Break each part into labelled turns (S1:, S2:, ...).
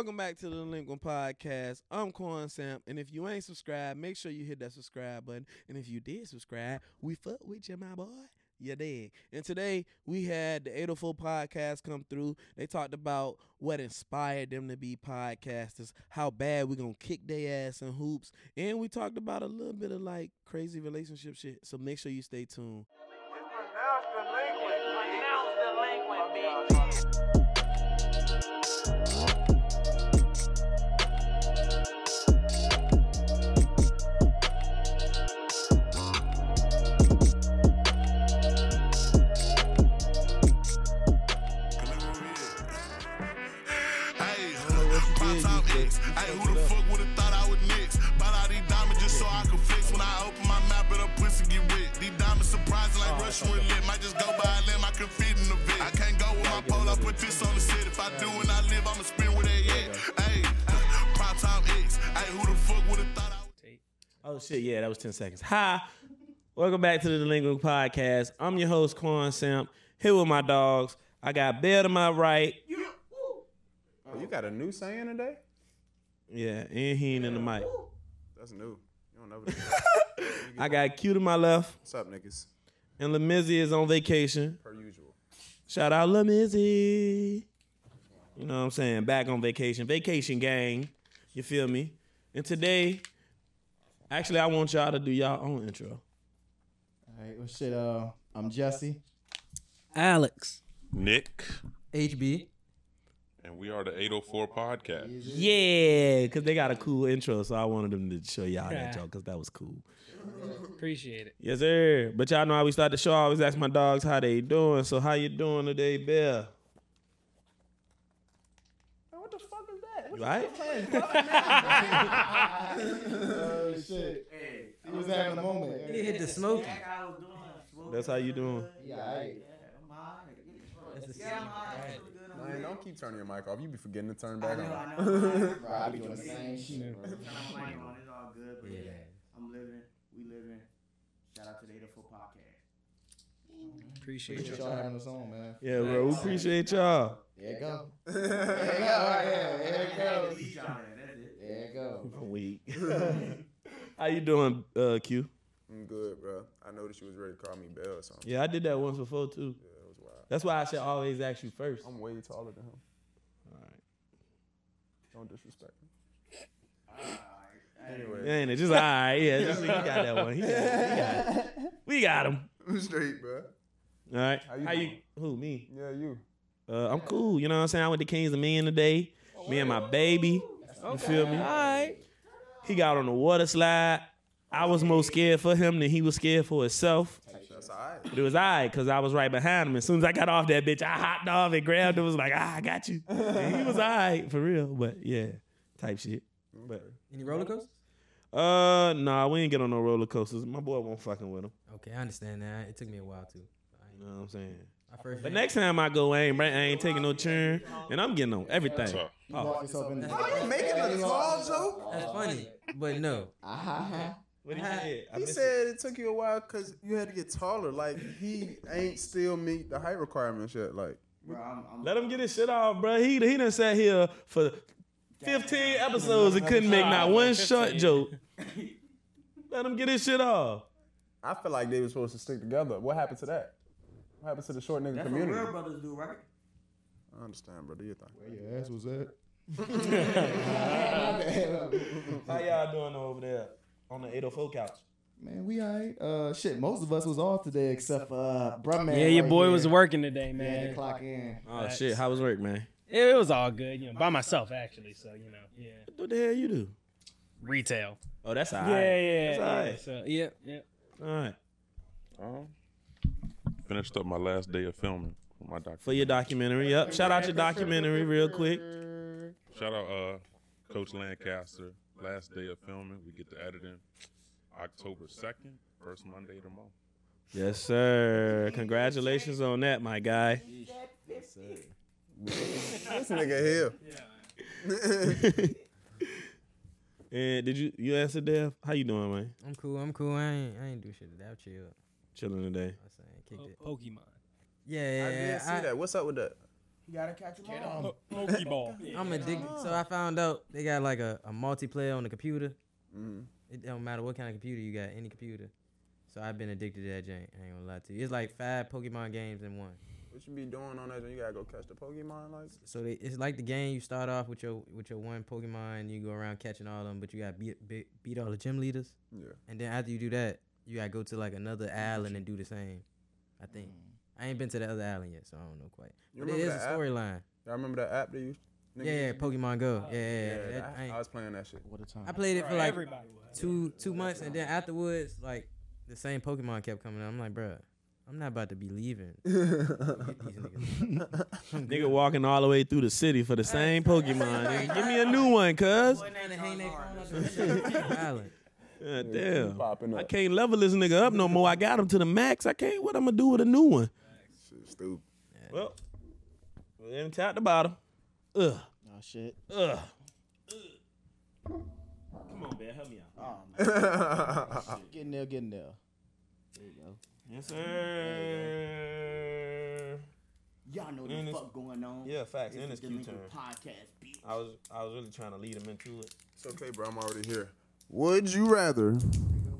S1: Welcome back to the Lincoln Podcast. I'm Quan Sam, and if you ain't subscribed, make sure you hit that subscribe button. And if you did subscribe, we fuck with you, my boy. You dig? And today we had the 804 podcast come through. They talked about what inspired them to be podcasters, how bad we gonna kick their ass in hoops, and we talked about a little bit of like crazy relationship shit. So make sure you stay tuned.
S2: It's pronounced delinquent.
S3: Pronounce delinquent, bitch.
S4: Hey,
S1: what
S4: pop
S1: you
S4: top
S1: did,
S4: X.
S1: you
S4: Hey,
S1: fucked
S4: who the
S1: it up.
S4: fuck would've thought I would next? Bought all these diamonds just so I could flex when I open my mouth, but a pussy get wet. These diamonds surprising like Russian roulette. Might just go by a limb, I can fit in the vet. I can't go with my pole, I put this on the set. If I do and I live, I'ma spin with that yet. Hey, pop top X. Hey, who the fuck would've thought I would
S1: Oh shit, yeah, that was 10 seconds. Hi. Welcome back to the Lingual Podcast. I'm your host, Quan Simp. Here with my dogs. I got Bill to my right.
S5: Oh, you got a new saying today?
S1: Yeah, and he ain't in the mic.
S5: That's new. You don't never do that.
S1: I got Q to my left.
S5: What's up, niggas?
S1: And Lemizzy is on vacation.
S5: Per usual.
S1: Shout out Lemizzy. You know what I'm saying? Back on vacation. Vacation gang. You feel me? And today, actually, I want y'all to do y'all own intro.
S6: All right, well, shit. Uh, I'm Jesse.
S7: Alex.
S8: Nick,
S7: HB.
S8: and we are the 804 podcast.
S1: Yeah, because they got a cool intro, so I wanted them to show y'all that, y'all, because that was cool.
S7: Appreciate it.
S1: Yes, sir. But y'all know how we start the show. I always ask my dogs how they doing. So how you doing today, Bill? What the fuck is that?
S6: Oh shit. He was having a moment.
S7: He hit the smoke.
S1: right? That's how you doing.
S6: Yeah, all right.
S5: Man, don't keep turning your mic off. You be forgetting to turn back on.
S6: Bro, I be doing the same shit. bro.
S7: Appreciate
S6: Appreciate
S7: it.
S6: y'all having us on, man.
S1: Yeah, bro. We appreciate y'all.
S6: There you go. There you go. Right here. There you go. There you
S9: Oh.
S6: go.
S1: I'm weak. how you doing, uh, Q?
S5: I'm good, bro. I noticed you was ready to call me Bell or something.
S1: Yeah, I did that once before too.
S5: Yeah, that was wild.
S1: That's why I should always ask you first.
S5: I'm way taller than him.
S1: Alright.
S5: Don't disrespect me. Anyway,
S1: Man, it's just all right. Yeah, just, he got that one. He got, it. He got it. We got him.
S5: I'm straight,
S1: All
S5: bro.
S1: right.
S5: you
S1: how you?
S5: doing?
S1: Who me?
S5: Yeah, you.
S1: Uh, I'm cool. You know what I'm saying? I went to Kings of Men today. Me and my baby. You feel me? All right. He got on the water slide. I was more scared for him than he was scared for himself.
S5: That's all right.
S1: But it was all right because I was right behind him. As soon as I got off that bitch, I hopped off and grabbed him. was like, ah, I got you. And he was all right for real. But yeah, type shit. But
S7: Any roller coasters?
S1: uh, nah, we ain't get on no roller coasters. My boy won't fucking with him.
S7: Okay, I understand that. It took me a while too.
S1: You know what I'm saying?
S7: I first
S1: But next time I go, I ain't, I ain't taking no churn. And I'm getting on everything.
S8: So,
S6: You locked this up in the.
S5: Are you making a tall joke?
S7: That's funny, but no.
S6: Ah,
S1: What he said? I
S5: He
S1: missed it.
S5: said it took you a while because you had to get taller. Like he ain't still meet the height requirements yet. Like
S1: Let him get his shit off, bro. He he done sat here for 15 episodes and couldn't make not one short joke. Let him get his shit off.
S5: I feel like they were supposed to stick together. What happened to that? What happened to the short nigga community?
S3: brothers do, right?
S5: I understand, bro. Do your thing.
S6: your ass was that.
S1: How y'all doing over there on the 804 couch?
S6: Man, we alright. Uh, shit, most of us was off today except for uh, bruh man.
S9: Yeah, your
S6: right
S9: boy
S6: here.
S9: was working today,
S6: He had
S9: man.
S6: to clock in.
S1: Oh shit, how was work, man?
S9: it, it was all good, you know, by myself actually. So you know, yeah,
S1: What the hell you do?
S9: retail.
S1: Oh, that's all
S9: Yeah,
S1: right.
S9: yeah,
S1: That's all
S9: yeah.
S1: right.
S9: So yeah, yeah.
S1: All right.
S8: um, finished up my last day of filming for my doc.
S1: For your documentary. Yep. Shout out your documentary real quick.
S8: Shout out uh, Coach Lancaster. Last day of filming. We get to edit in October 2nd, first Monday of the month.
S1: Yes, sir. Congratulations on that, my guy.
S5: This nigga here.
S1: And did you you answer Dev? How you doing, man?
S7: I'm cool. I'm cool. I ain't. I ain't do shit. That chill.
S1: Chilling today.
S7: I was saying, kicked it.
S9: Pokemon.
S7: Yeah, yeah.
S5: Oh. I did
S7: yeah.
S5: see that. What's up with that?
S10: You gotta catch them
S11: Get
S10: all.
S11: on.
S9: Pokeball. ball.
S7: I'm addicted. So I found out they got like a, a multiplayer on the computer.
S5: Mm.
S7: It don't matter what kind of computer you got, any computer. So I've been addicted to that joint. I ain't gonna lie to you. It's like five Pokemon games in one.
S5: What you be doing on that? You gotta go catch the Pokemon, like.
S7: So they, it's like the game. You start off with your with your one Pokemon. And you go around catching all of them, but you got beat, beat beat all the gym leaders.
S5: Yeah.
S7: And then after you do that, you gotta go to like another island and do the same. I think
S11: Mm.
S7: I ain't been to the other island yet, so I don't know quite.
S5: You
S7: But it
S5: remember
S7: is a
S5: the app?
S7: storyline.
S5: Y'all remember that app they used? niggas
S7: Yeah, yeah,
S5: used to-
S7: Pokemon Go. Yeah, yeah, yeah.
S5: yeah
S7: That- I
S5: I,
S7: ain't-
S5: I was playing that shit.
S11: What a time.
S7: I played it for like
S9: everybody was.
S7: two two months, and then afterwards, like the same Pokemon kept coming. out. I'm like, bruh, I'm not about to be leaving. Get these niggas.
S8: Nigga walking all the way through the city for the same Pokemon. nigga. Give me a new one, cuz.
S10: Boy,
S7: Tryna
S10: named
S7: hang they
S10: John
S7: phone
S10: Lawrence.
S7: up in the island.
S8: God
S5: You
S8: damn.
S5: Popping
S8: I
S5: up.
S8: can't level this nigga up no more. I got him to the max. I can't. What I'm gonna do with a new one?
S5: Shit, stupid.
S8: Well, we didn't tap the bottom. Ugh.
S11: Oh shit.
S8: Ugh. Come on, man, help me
S11: Oh
S8: out.
S11: man. getting there, getting there. There you go.
S8: Yes, sir.
S11: Y'all know
S8: And
S11: the
S8: it's-
S11: fuck going on.
S8: Yeah, facts.
S11: This
S8: And
S11: is
S8: it's
S11: the
S8: Q turn.
S11: Lincoln Podcast, bitch.
S8: I was I was really trying to lead him into it.
S5: It's okay, bro. I'm already here. Would you rather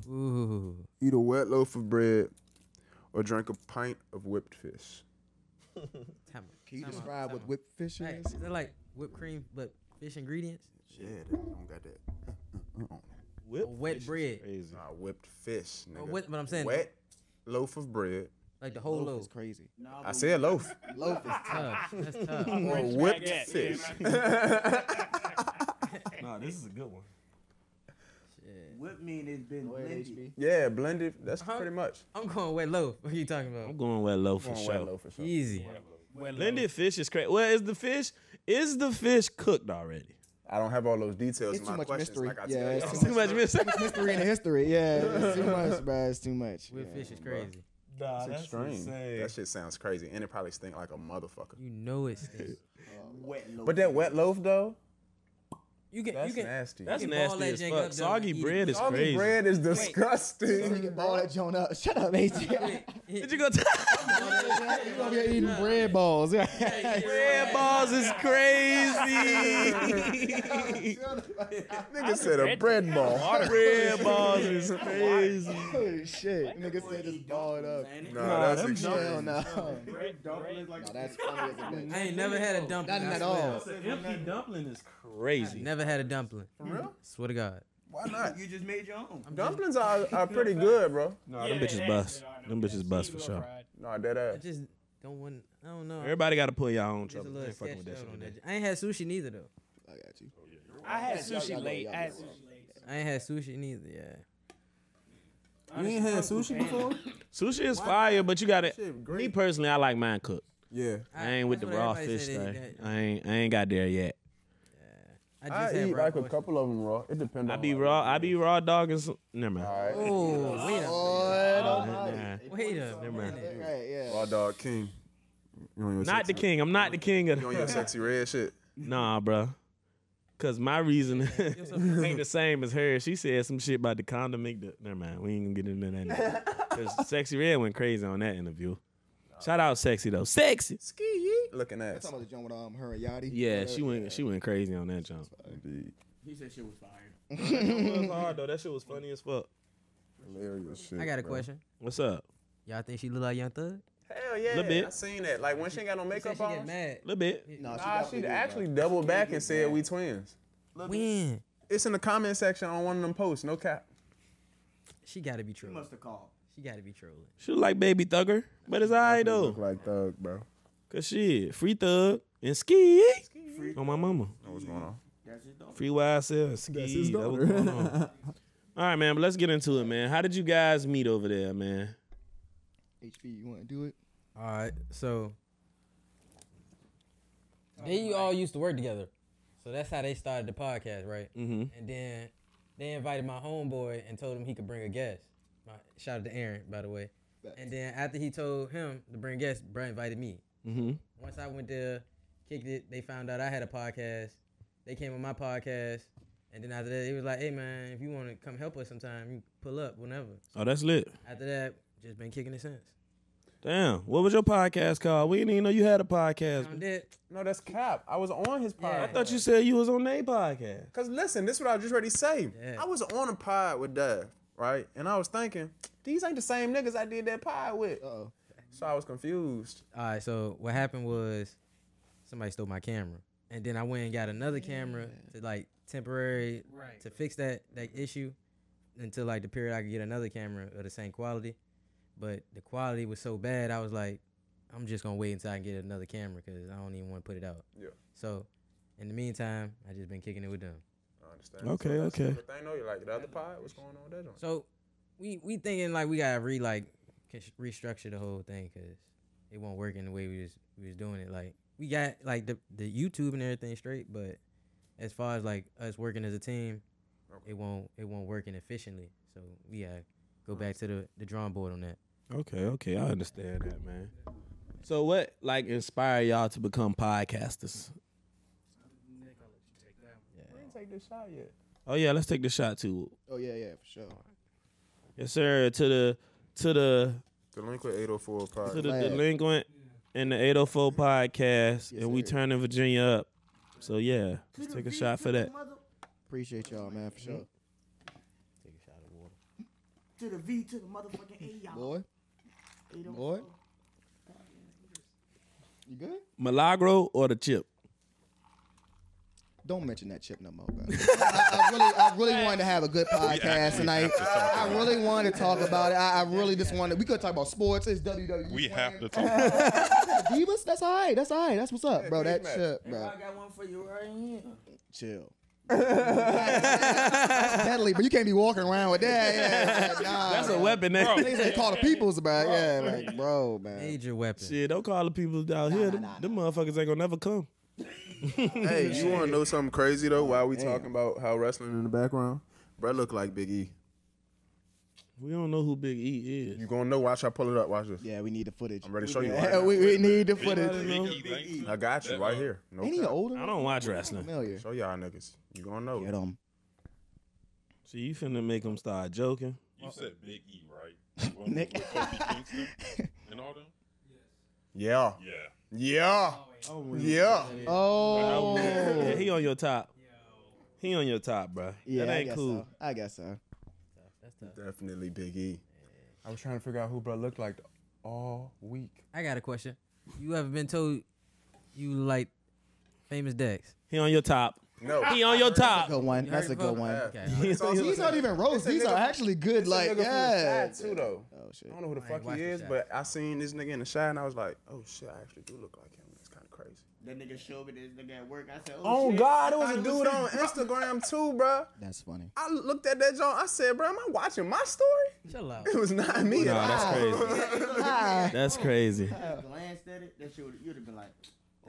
S7: Ooh,
S5: eat a wet loaf of bread or drink a pint of whipped fish?
S7: time out,
S11: Can
S7: time out, time out.
S11: whipped fish
S7: Hey, is that like whipped cream but fish ingredients?
S5: Yeah, they don't got that.
S8: Whip.
S7: Or wet bread?
S11: Crazy.
S5: Nah, whipped fish, nigga.
S7: what- but I'm saying-
S5: wet loaf of bread.
S7: Like the whole
S11: Loaf
S7: loaf.
S11: is crazy.
S5: I said loaf.
S11: Loaf is
S7: Tough. That's tough.
S5: or whipped fish.
S8: Nah, this is a good one.
S10: Whip mean it's been blended.
S5: yeah, blended. That's
S8: Uh-huh.
S5: pretty much.
S7: I'm going wet loaf. What are you talking
S8: I'm
S7: about?
S8: going wet low for
S5: Going
S8: sure.
S5: wet loaf for sure.
S7: Easy.
S8: Blended fish is crazy. Well, is the fish is the fish cooked already?
S5: I don't have all those details
S11: It's
S5: in
S11: too
S5: my
S11: much
S5: questions.
S11: mystery.
S5: Like I
S11: Yeah,
S5: tell
S11: it's
S5: y'all.
S8: Too much miss.
S11: History in history. Yeah, it's too much, bro. It's too much.
S7: Whipped
S11: Yeah.
S7: fish is crazy.
S8: Nah,
S5: It's extreme. That shit sounds crazy, and it probably stink like a motherfucker.
S7: You know it stinks.
S11: Wet loaf.
S5: But that wet loaf though,
S7: You can
S5: that's
S7: you can
S5: nasty.
S8: That's
S7: You can ball
S8: nasty
S7: that
S8: as
S7: jank
S8: fuck.
S7: up, though, and
S8: Soggy
S7: eat it.
S8: bread is
S5: Soggy
S8: crazy.
S5: bread is disgusting.
S11: Nigga, ball that joint up. Shut up, AJ.
S8: Did you go? T-
S11: you gonna be eating bread balls.
S8: bread balls is crazy.
S5: Nigga said a bread ball.
S8: bread balls is crazy.
S11: Oh, shit. Nigga said it's balled up.
S5: Nah, that's
S8: them
S5: extreme.
S11: Hell no. No, that's funny as a bitch.
S7: I ain't never had a
S11: Not
S7: dumpling. I
S11: at
S7: swear.
S11: all.
S8: Empty dumpling is crazy.
S7: Never had a dumpling. For
S5: real?
S7: Swear to God.
S5: Why not?
S10: You just made your own.
S5: Dumplings are, are pretty good, bro.
S8: Nah, them bitches bust. Them bitches bust for sure.
S5: Nah, dead
S7: I
S5: ass.
S7: just don't want. I don't know.
S8: Everybody got to pull y'all own
S7: Just a
S8: trouble. I
S7: little
S8: ain't fucking with
S7: sketched out
S8: that shit
S7: on
S8: today.
S7: that. I ain't had sushi neither though.
S11: I got you.
S9: I had
S11: y'all
S9: sushi
S11: go,
S9: late.
S11: y'all
S9: I had
S11: go.
S9: sushi late.
S7: I ain't had sushi neither. Yeah.
S5: You ain't had sushi before?
S8: Sushi is fire, but you got to.
S5: Shit,
S8: Me
S5: great.
S8: personally, I like mine cooked.
S5: Yeah.
S8: I ain't with the
S7: that's what
S8: raw
S7: everybody
S8: fish
S7: said they-
S8: thing.
S7: that-
S8: I ain't. I ain't got there yet.
S7: I just
S5: I
S7: had
S5: eat
S7: raw
S5: like a
S7: portion.
S5: couple of them raw. It depends.
S8: I
S5: on
S8: be
S5: what
S8: raw. I be raw dog and some. Never mind.
S5: All right.
S7: Oh, wait a
S8: Nah, nah.
S7: wait a minute.
S11: Right, yeah.
S5: Raw dog king. You on your
S8: Not
S5: sexy-
S8: the king. I'm not the king of.
S5: You on your sexy red shit.
S8: Nah, bro. Cause my reason ain't the same as hers. She said some shit about the condom. Make the never mind. We ain't gonna get into that. Anymore. Cause sexy red went crazy on that interview. Shout out sexy though. Sexy.
S5: Ski yee. Looking ass.
S11: Talking about the joint with um, her and Yachty.
S8: Yeah, she went. She went crazy on that jump.
S5: Indeed.
S10: He said shit was fire.
S8: It was hard though. That shit was funny as fuck.
S5: Hilarious shit.
S7: I got a
S5: bro.
S7: question.
S8: What's up?
S7: Y'all think she look like Young Thug?
S5: Hell yeah.
S8: Little bit.
S5: I seen that. Like when she ain't got no
S7: She said
S5: makeup
S7: she get
S5: on.
S7: mad.
S8: A little
S11: Nah, she,
S8: bit.
S5: Nah,
S11: definitely
S5: she
S11: did,
S5: actually
S11: bro.
S5: doubled back
S11: get
S5: and said
S11: mad.
S5: we twins.
S7: When?
S5: It's in the comment section on one of them posts. No cap.
S7: She gotta be trolling.
S10: Must have called.
S7: She gotta be trolling.
S8: She look like baby thugger, but it's alright
S5: Look
S8: though.
S5: like thug, bro.
S8: Cause shit, free thug and ski
S1: eh?
S10: Free,
S8: on my mama.
S5: What's going on?
S10: that's his dog.
S8: Free YSL and ski.
S5: That's his
S8: That was
S5: daughter.
S8: going on. All right, man. But let's get into it, man. How did you guys meet over there, man?
S11: HB, you want to do it?
S7: All right, so they all used to work together, so that's how they started the podcast, right?
S8: Mm-hmm.
S7: And then they invited my homeboy and told him he could bring a guest. My, shout out to Aaron, by the way.
S11: Facts.
S7: And then after he told him to bring guests, Brent invited me.
S8: Mm-hmm.
S7: Once I went there, kicked it, they found out I had a podcast. They came on my podcast, and then after that, it was like, "Hey man, if you want to come help us sometime, you pull up whenever."
S8: Oh, that's lit.
S7: After that, just been kicking it since.
S1: Damn, what was your podcast called? We didn't even know you had a podcast.
S5: No, that's cap. I was on his
S1: I
S5: podcast.
S1: thought you said you was on their podcast.
S5: Cause listen, this is what I was just ready to say.
S1: Yeah.
S5: I was on a pod with Dave, right? And I was thinking, these ain't the same niggas I did that pod with.
S11: oh
S5: So I was confused.
S7: All right, so what happened was somebody stole my camera, and then I went and got another camera to like temporary
S9: Right.
S7: to fix that that issue until like the period I could get another camera of the same quality, but the quality was so bad I was like, I'm just gonna wait until I can get another camera because I don't even want to put it out.
S5: Yeah.
S7: So in the meantime, I just been kicking it with them.
S5: I understand.
S1: Okay,
S5: So that's
S1: okay.
S5: the thing, though. You're like the other pod. What's going on with that joint?
S7: So we we thinking like we gotta re like cons- restructure the whole thing because it won't work in the way we was we was doing it. Like we got like the the YouTube and everything straight, but as far as like us working as a team,
S5: Okay.
S7: it won't it won't work in efficiently. So we gotta go back to the the drawing board on that.
S1: Okay, okay, I understand that, man. So what like inspired y'all to become podcasters?
S5: I didn't take this shot yet.
S1: Oh yeah, let's take the shot too.
S11: oh yeah yeah for sure.
S1: Yes, sir. To the to the
S5: Delinquent 804 pod.
S1: to the
S11: Glad.
S1: delinquent and the 804 podcast,
S11: Yes,
S1: and we
S11: sir.
S1: turning Virginia up. So yeah, let's take a shot for that.
S11: Appreciate y'all man for sure.
S6: To the V to the motherfucking A, y'all.
S11: Boy,
S6: They don't-
S11: boy. You good?
S1: Milagro or the chip?
S11: Don't mention that chip no more, bro. I, I really, I really wanted to have a good podcast tonight. I really wanted to talk about it. I, I really just wanted. We could talk about sports. It's E. WWE.
S8: We
S11: playing.
S8: have to talk.
S11: Divas. That's all right. That's all right. That's what's up, bro. That
S5: Big Mac.
S11: chip, bro.
S6: I got one for you right here.
S11: Chill. That's deadly, but you can't be walking around with that. Yeah, yeah, nah,
S1: That's a
S11: bro.
S1: weapon, man.
S11: Niggas ain't call the peoples, bro. Yeah, like, bro, man.
S7: Major weapon.
S1: Shit, don't call the people out here. Them, them motherfuckers ain't gonna never come.
S5: Hey, you want to know something crazy though? While we talking about how wrestling in the background, bro, look like Big E.
S1: We don't know who Big E is.
S5: You gonna know? Watch I pull it up. Watch this.
S11: Yeah, we need the footage.
S5: I'm ready to show you.
S11: Yeah,
S5: Right
S11: we, we need the
S8: Big
S11: footage.
S8: E, thank you.
S5: now. I got you right here. No
S11: Ain't he
S5: cap.
S11: older?
S1: I don't watch wrestling.
S11: familiar.
S5: Show y'all niggas. You gonna know?
S11: Get
S5: it.
S11: him.
S1: See, you finna make them start joking.
S8: You said Big E, right? Well,
S11: Nick.
S8: with Kofi Kingston and all them.
S5: Yeah.
S8: Yeah.
S5: Yeah. Yeah.
S11: Oh.
S1: yeah, he on your top. He on your top, bro.
S11: Yeah,
S1: that
S11: I
S1: ain't
S11: guess
S1: cool.
S11: So. I guess so.
S5: Definitely Big E. I was trying to figure out who bro looked like all week.
S7: I got a question. You ever been told you look like famous Dex?
S1: He on your top.
S5: No.
S1: He on your top.
S11: Good one.
S7: You
S11: That's a
S7: heard
S11: good
S7: before?
S11: one. Oh,
S7: Okay.
S5: It's also-
S11: These aren't even roast.
S5: It's a
S11: These
S5: nigga
S11: are
S5: from-
S11: actually good.
S5: it's a
S11: Like,
S5: nigga from
S11: yeah.
S5: the Shy, too though.
S11: Oh shit.
S5: I don't know who the
S7: I ain't
S5: fuck he
S7: watching
S5: is,
S7: Shy.
S5: but I seen this nigga in the shot and I was like, oh shit, I actually do look like him. It's kind of crazy.
S6: That nigga showed me this nigga at work. I said,
S5: Oh
S6: shit.
S5: God,
S6: I
S5: it was
S6: thought
S5: a
S6: his
S5: dude on Instagram too, bruh.
S11: That's funny.
S5: I looked at that joint. I said, bruh, am I watching my story?
S7: Chill out.
S5: It was not me.
S1: Nah,
S5: at all.
S1: that's crazy.
S11: Hi.
S1: That's crazy.
S6: brother. Glanced at it. That shit would, you'd have been like,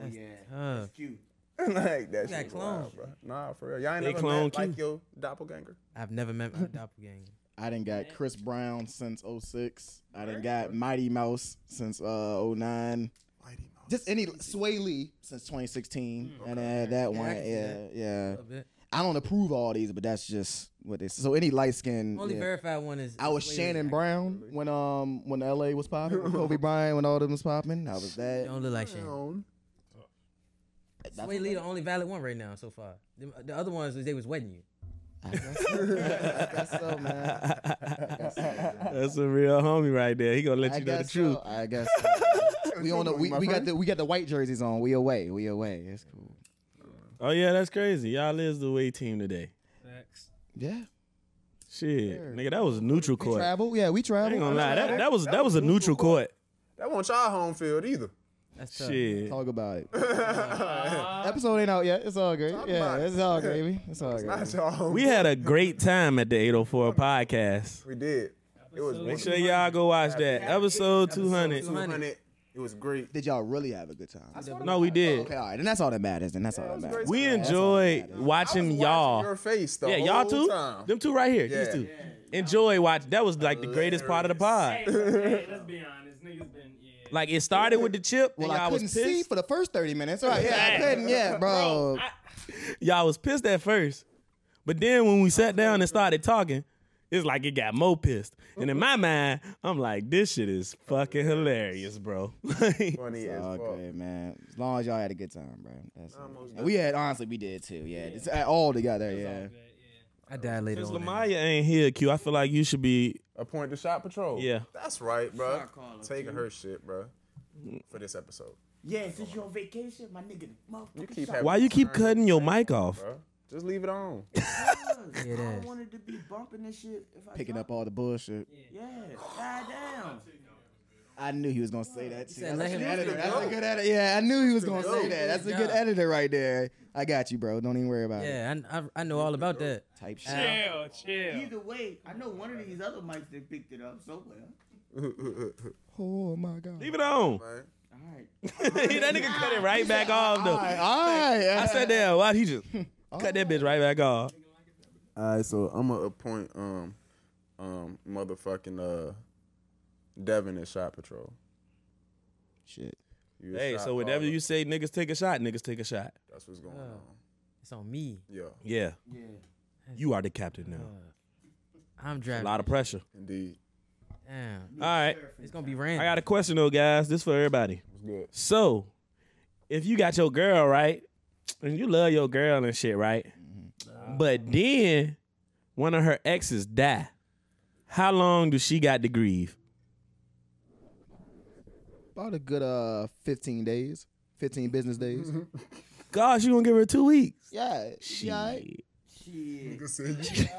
S6: oh yeah,
S7: tough.
S6: that's cute.
S5: like that
S7: got
S5: shit. was wild,
S7: cloned.
S5: bruh. Nah, for real. Y'all ain't
S1: They
S5: never met,
S1: cloned
S5: like
S1: you.
S5: your doppelganger.
S7: I've never met my doppelganger.
S11: I didn't got Chris Brown since 06. I didn't got Mighty Mouse since uh 09.
S5: Mighty Mouse.
S11: Just any Sway Lee since 2016. And then that one.
S7: Mm, I can see
S11: Yeah,
S7: that.
S11: yeah.
S7: A little bit.
S11: I don't approve all these, but that's just what they. So any light skin.
S7: Only verified one is
S11: I was
S7: Wait,
S11: Shannon
S7: wait,
S11: Brown when um when LA was popping, when Kobe Bryant when all them was popping. I was
S7: I-
S11: that.
S7: Don't look like Shannon.
S5: Down.
S11: That's
S7: Sway Lee the only valid one right now so far. The, the other ones was they was wedding you.
S11: I guess so. I guess so, man.
S1: That's a real homie right there. He gonna let
S11: I
S1: you know the
S11: guess
S1: truth.
S11: so. I guess so. we on the we, we got the we got the white jerseys on. We away. We away. It's cool.
S1: Oh yeah, that's crazy. Y'all is the way team today.
S9: Facts.
S11: Yeah.
S1: Shit, nigga, that was a neutral
S11: We
S1: court. I
S11: travel. Yeah, we travel.
S1: ain't gonna lie, that, that was that was a neutral court.
S5: That wasn't y'all home field either.
S7: That's tough.
S1: Shit,
S11: Talk about it. Episode ain't out yet. It's all great. yeah,
S5: about it.
S11: it's all gravy. It's all
S5: Not
S11: gravy.
S5: y'all home.
S1: we had a great time at the 804 podcast.
S5: We did. It was
S1: Make sure y'all go watch that episode 200.
S5: 200. It was great.
S11: Did y'all really have a good time?
S1: No, we did.
S11: Okay, all right. Then that's all that matters. Then that's all that matters.
S1: We
S11: That's all that
S1: enjoyed
S11: matters.
S1: watching
S5: watching
S1: y'all.
S5: Your face the
S1: Yeah,
S5: whole
S1: y'all two,
S5: Time.
S1: them two right here, these
S5: Yeah.
S1: two. Enjoy watch. That was like the greatest part of the pod.
S9: Hey, hey, let's be honest. Niggas been yeah.
S1: Like it started with the chip.
S11: Well,
S1: and
S11: I
S1: y'all
S11: couldn't
S1: was pissed.
S11: see for the first 30 minutes. All right, yeah, I couldn't, yeah, bro.
S1: y'all was pissed at first, but then when we sat down and started talking,
S8: It's like it got more pissed. And in my mind, I'm like, this shit is fucking hilarious, bro.
S5: Funny
S11: It's
S5: as
S11: all
S5: fuck.
S11: good, man. As long as y'all had a good time, bro. That's it.
S5: most
S11: And we had honestly, we did too. Yeah, It's all together. Yeah.
S7: I died later
S8: Since
S7: on.
S8: Lamaya ain't here, Q, I feel like you should be.
S5: Appoint the shot patrol.
S8: Yeah.
S5: That's right, bro. Taking her shit, bro. For this episode,
S12: Yeah, since you're on vacation, my nigga,
S5: you
S12: motherfucker.
S5: keep
S12: shot.
S5: having
S8: Why you keep
S5: concerns,
S8: cutting your mic off?
S5: bro. Just leave it on.
S7: It
S12: I
S7: is.
S12: wanted to be bumping this shit. If I
S11: Picking
S12: dropped
S11: up all the bullshit.
S12: it. Yeah. Goddamn.
S11: I knew he was gonna say that too.
S7: said,
S11: That's
S7: "Let
S11: a good
S7: him
S11: editor.
S7: do it."
S11: That's a good editor. Yeah, I knew he was gonna say that. That's a
S7: Yeah.
S11: good editor right there. I got you, bro. Don't even worry about it.
S7: Yeah, I, I, I know all about that.
S11: Type shit.
S9: Chill, chill.
S12: Either way, I know one of these other mics that picked it up somewhere.
S11: Oh my god.
S8: Leave it on.
S5: Man.
S12: All right.
S8: that nigga cut it right back off,
S11: All
S8: though.
S11: right, all right.
S8: I sat down. Why he just cut that bitch right back off?
S5: All right, so I'm gonna appoint um um motherfucking uh Devin as shot patrol.
S11: Shit.
S5: You a
S8: Hey,
S5: shot
S8: so whenever
S5: caller.
S8: you say niggas take a shot, niggas take a shot.
S5: that's what's going
S7: Oh.
S5: on.
S7: It's on me.
S5: Yeah,
S8: Yeah.
S12: Yeah.
S8: You are the captain
S7: Uh,
S8: now.
S7: I'm
S8: A
S7: driving.
S8: lot of pressure.
S5: indeed.
S7: Damn.
S8: All right.
S7: It's gonna be random.
S8: I got a question though, guys. This for everybody.
S5: It's good.
S8: So, if you got your girl right, and you love your girl and shit, right? But then one of her exes die. How long do she got to grieve?
S11: About a good uh 15 days, 15 business days.
S8: God, you gonna give her two weeks?
S11: yeah. She.
S12: Shit.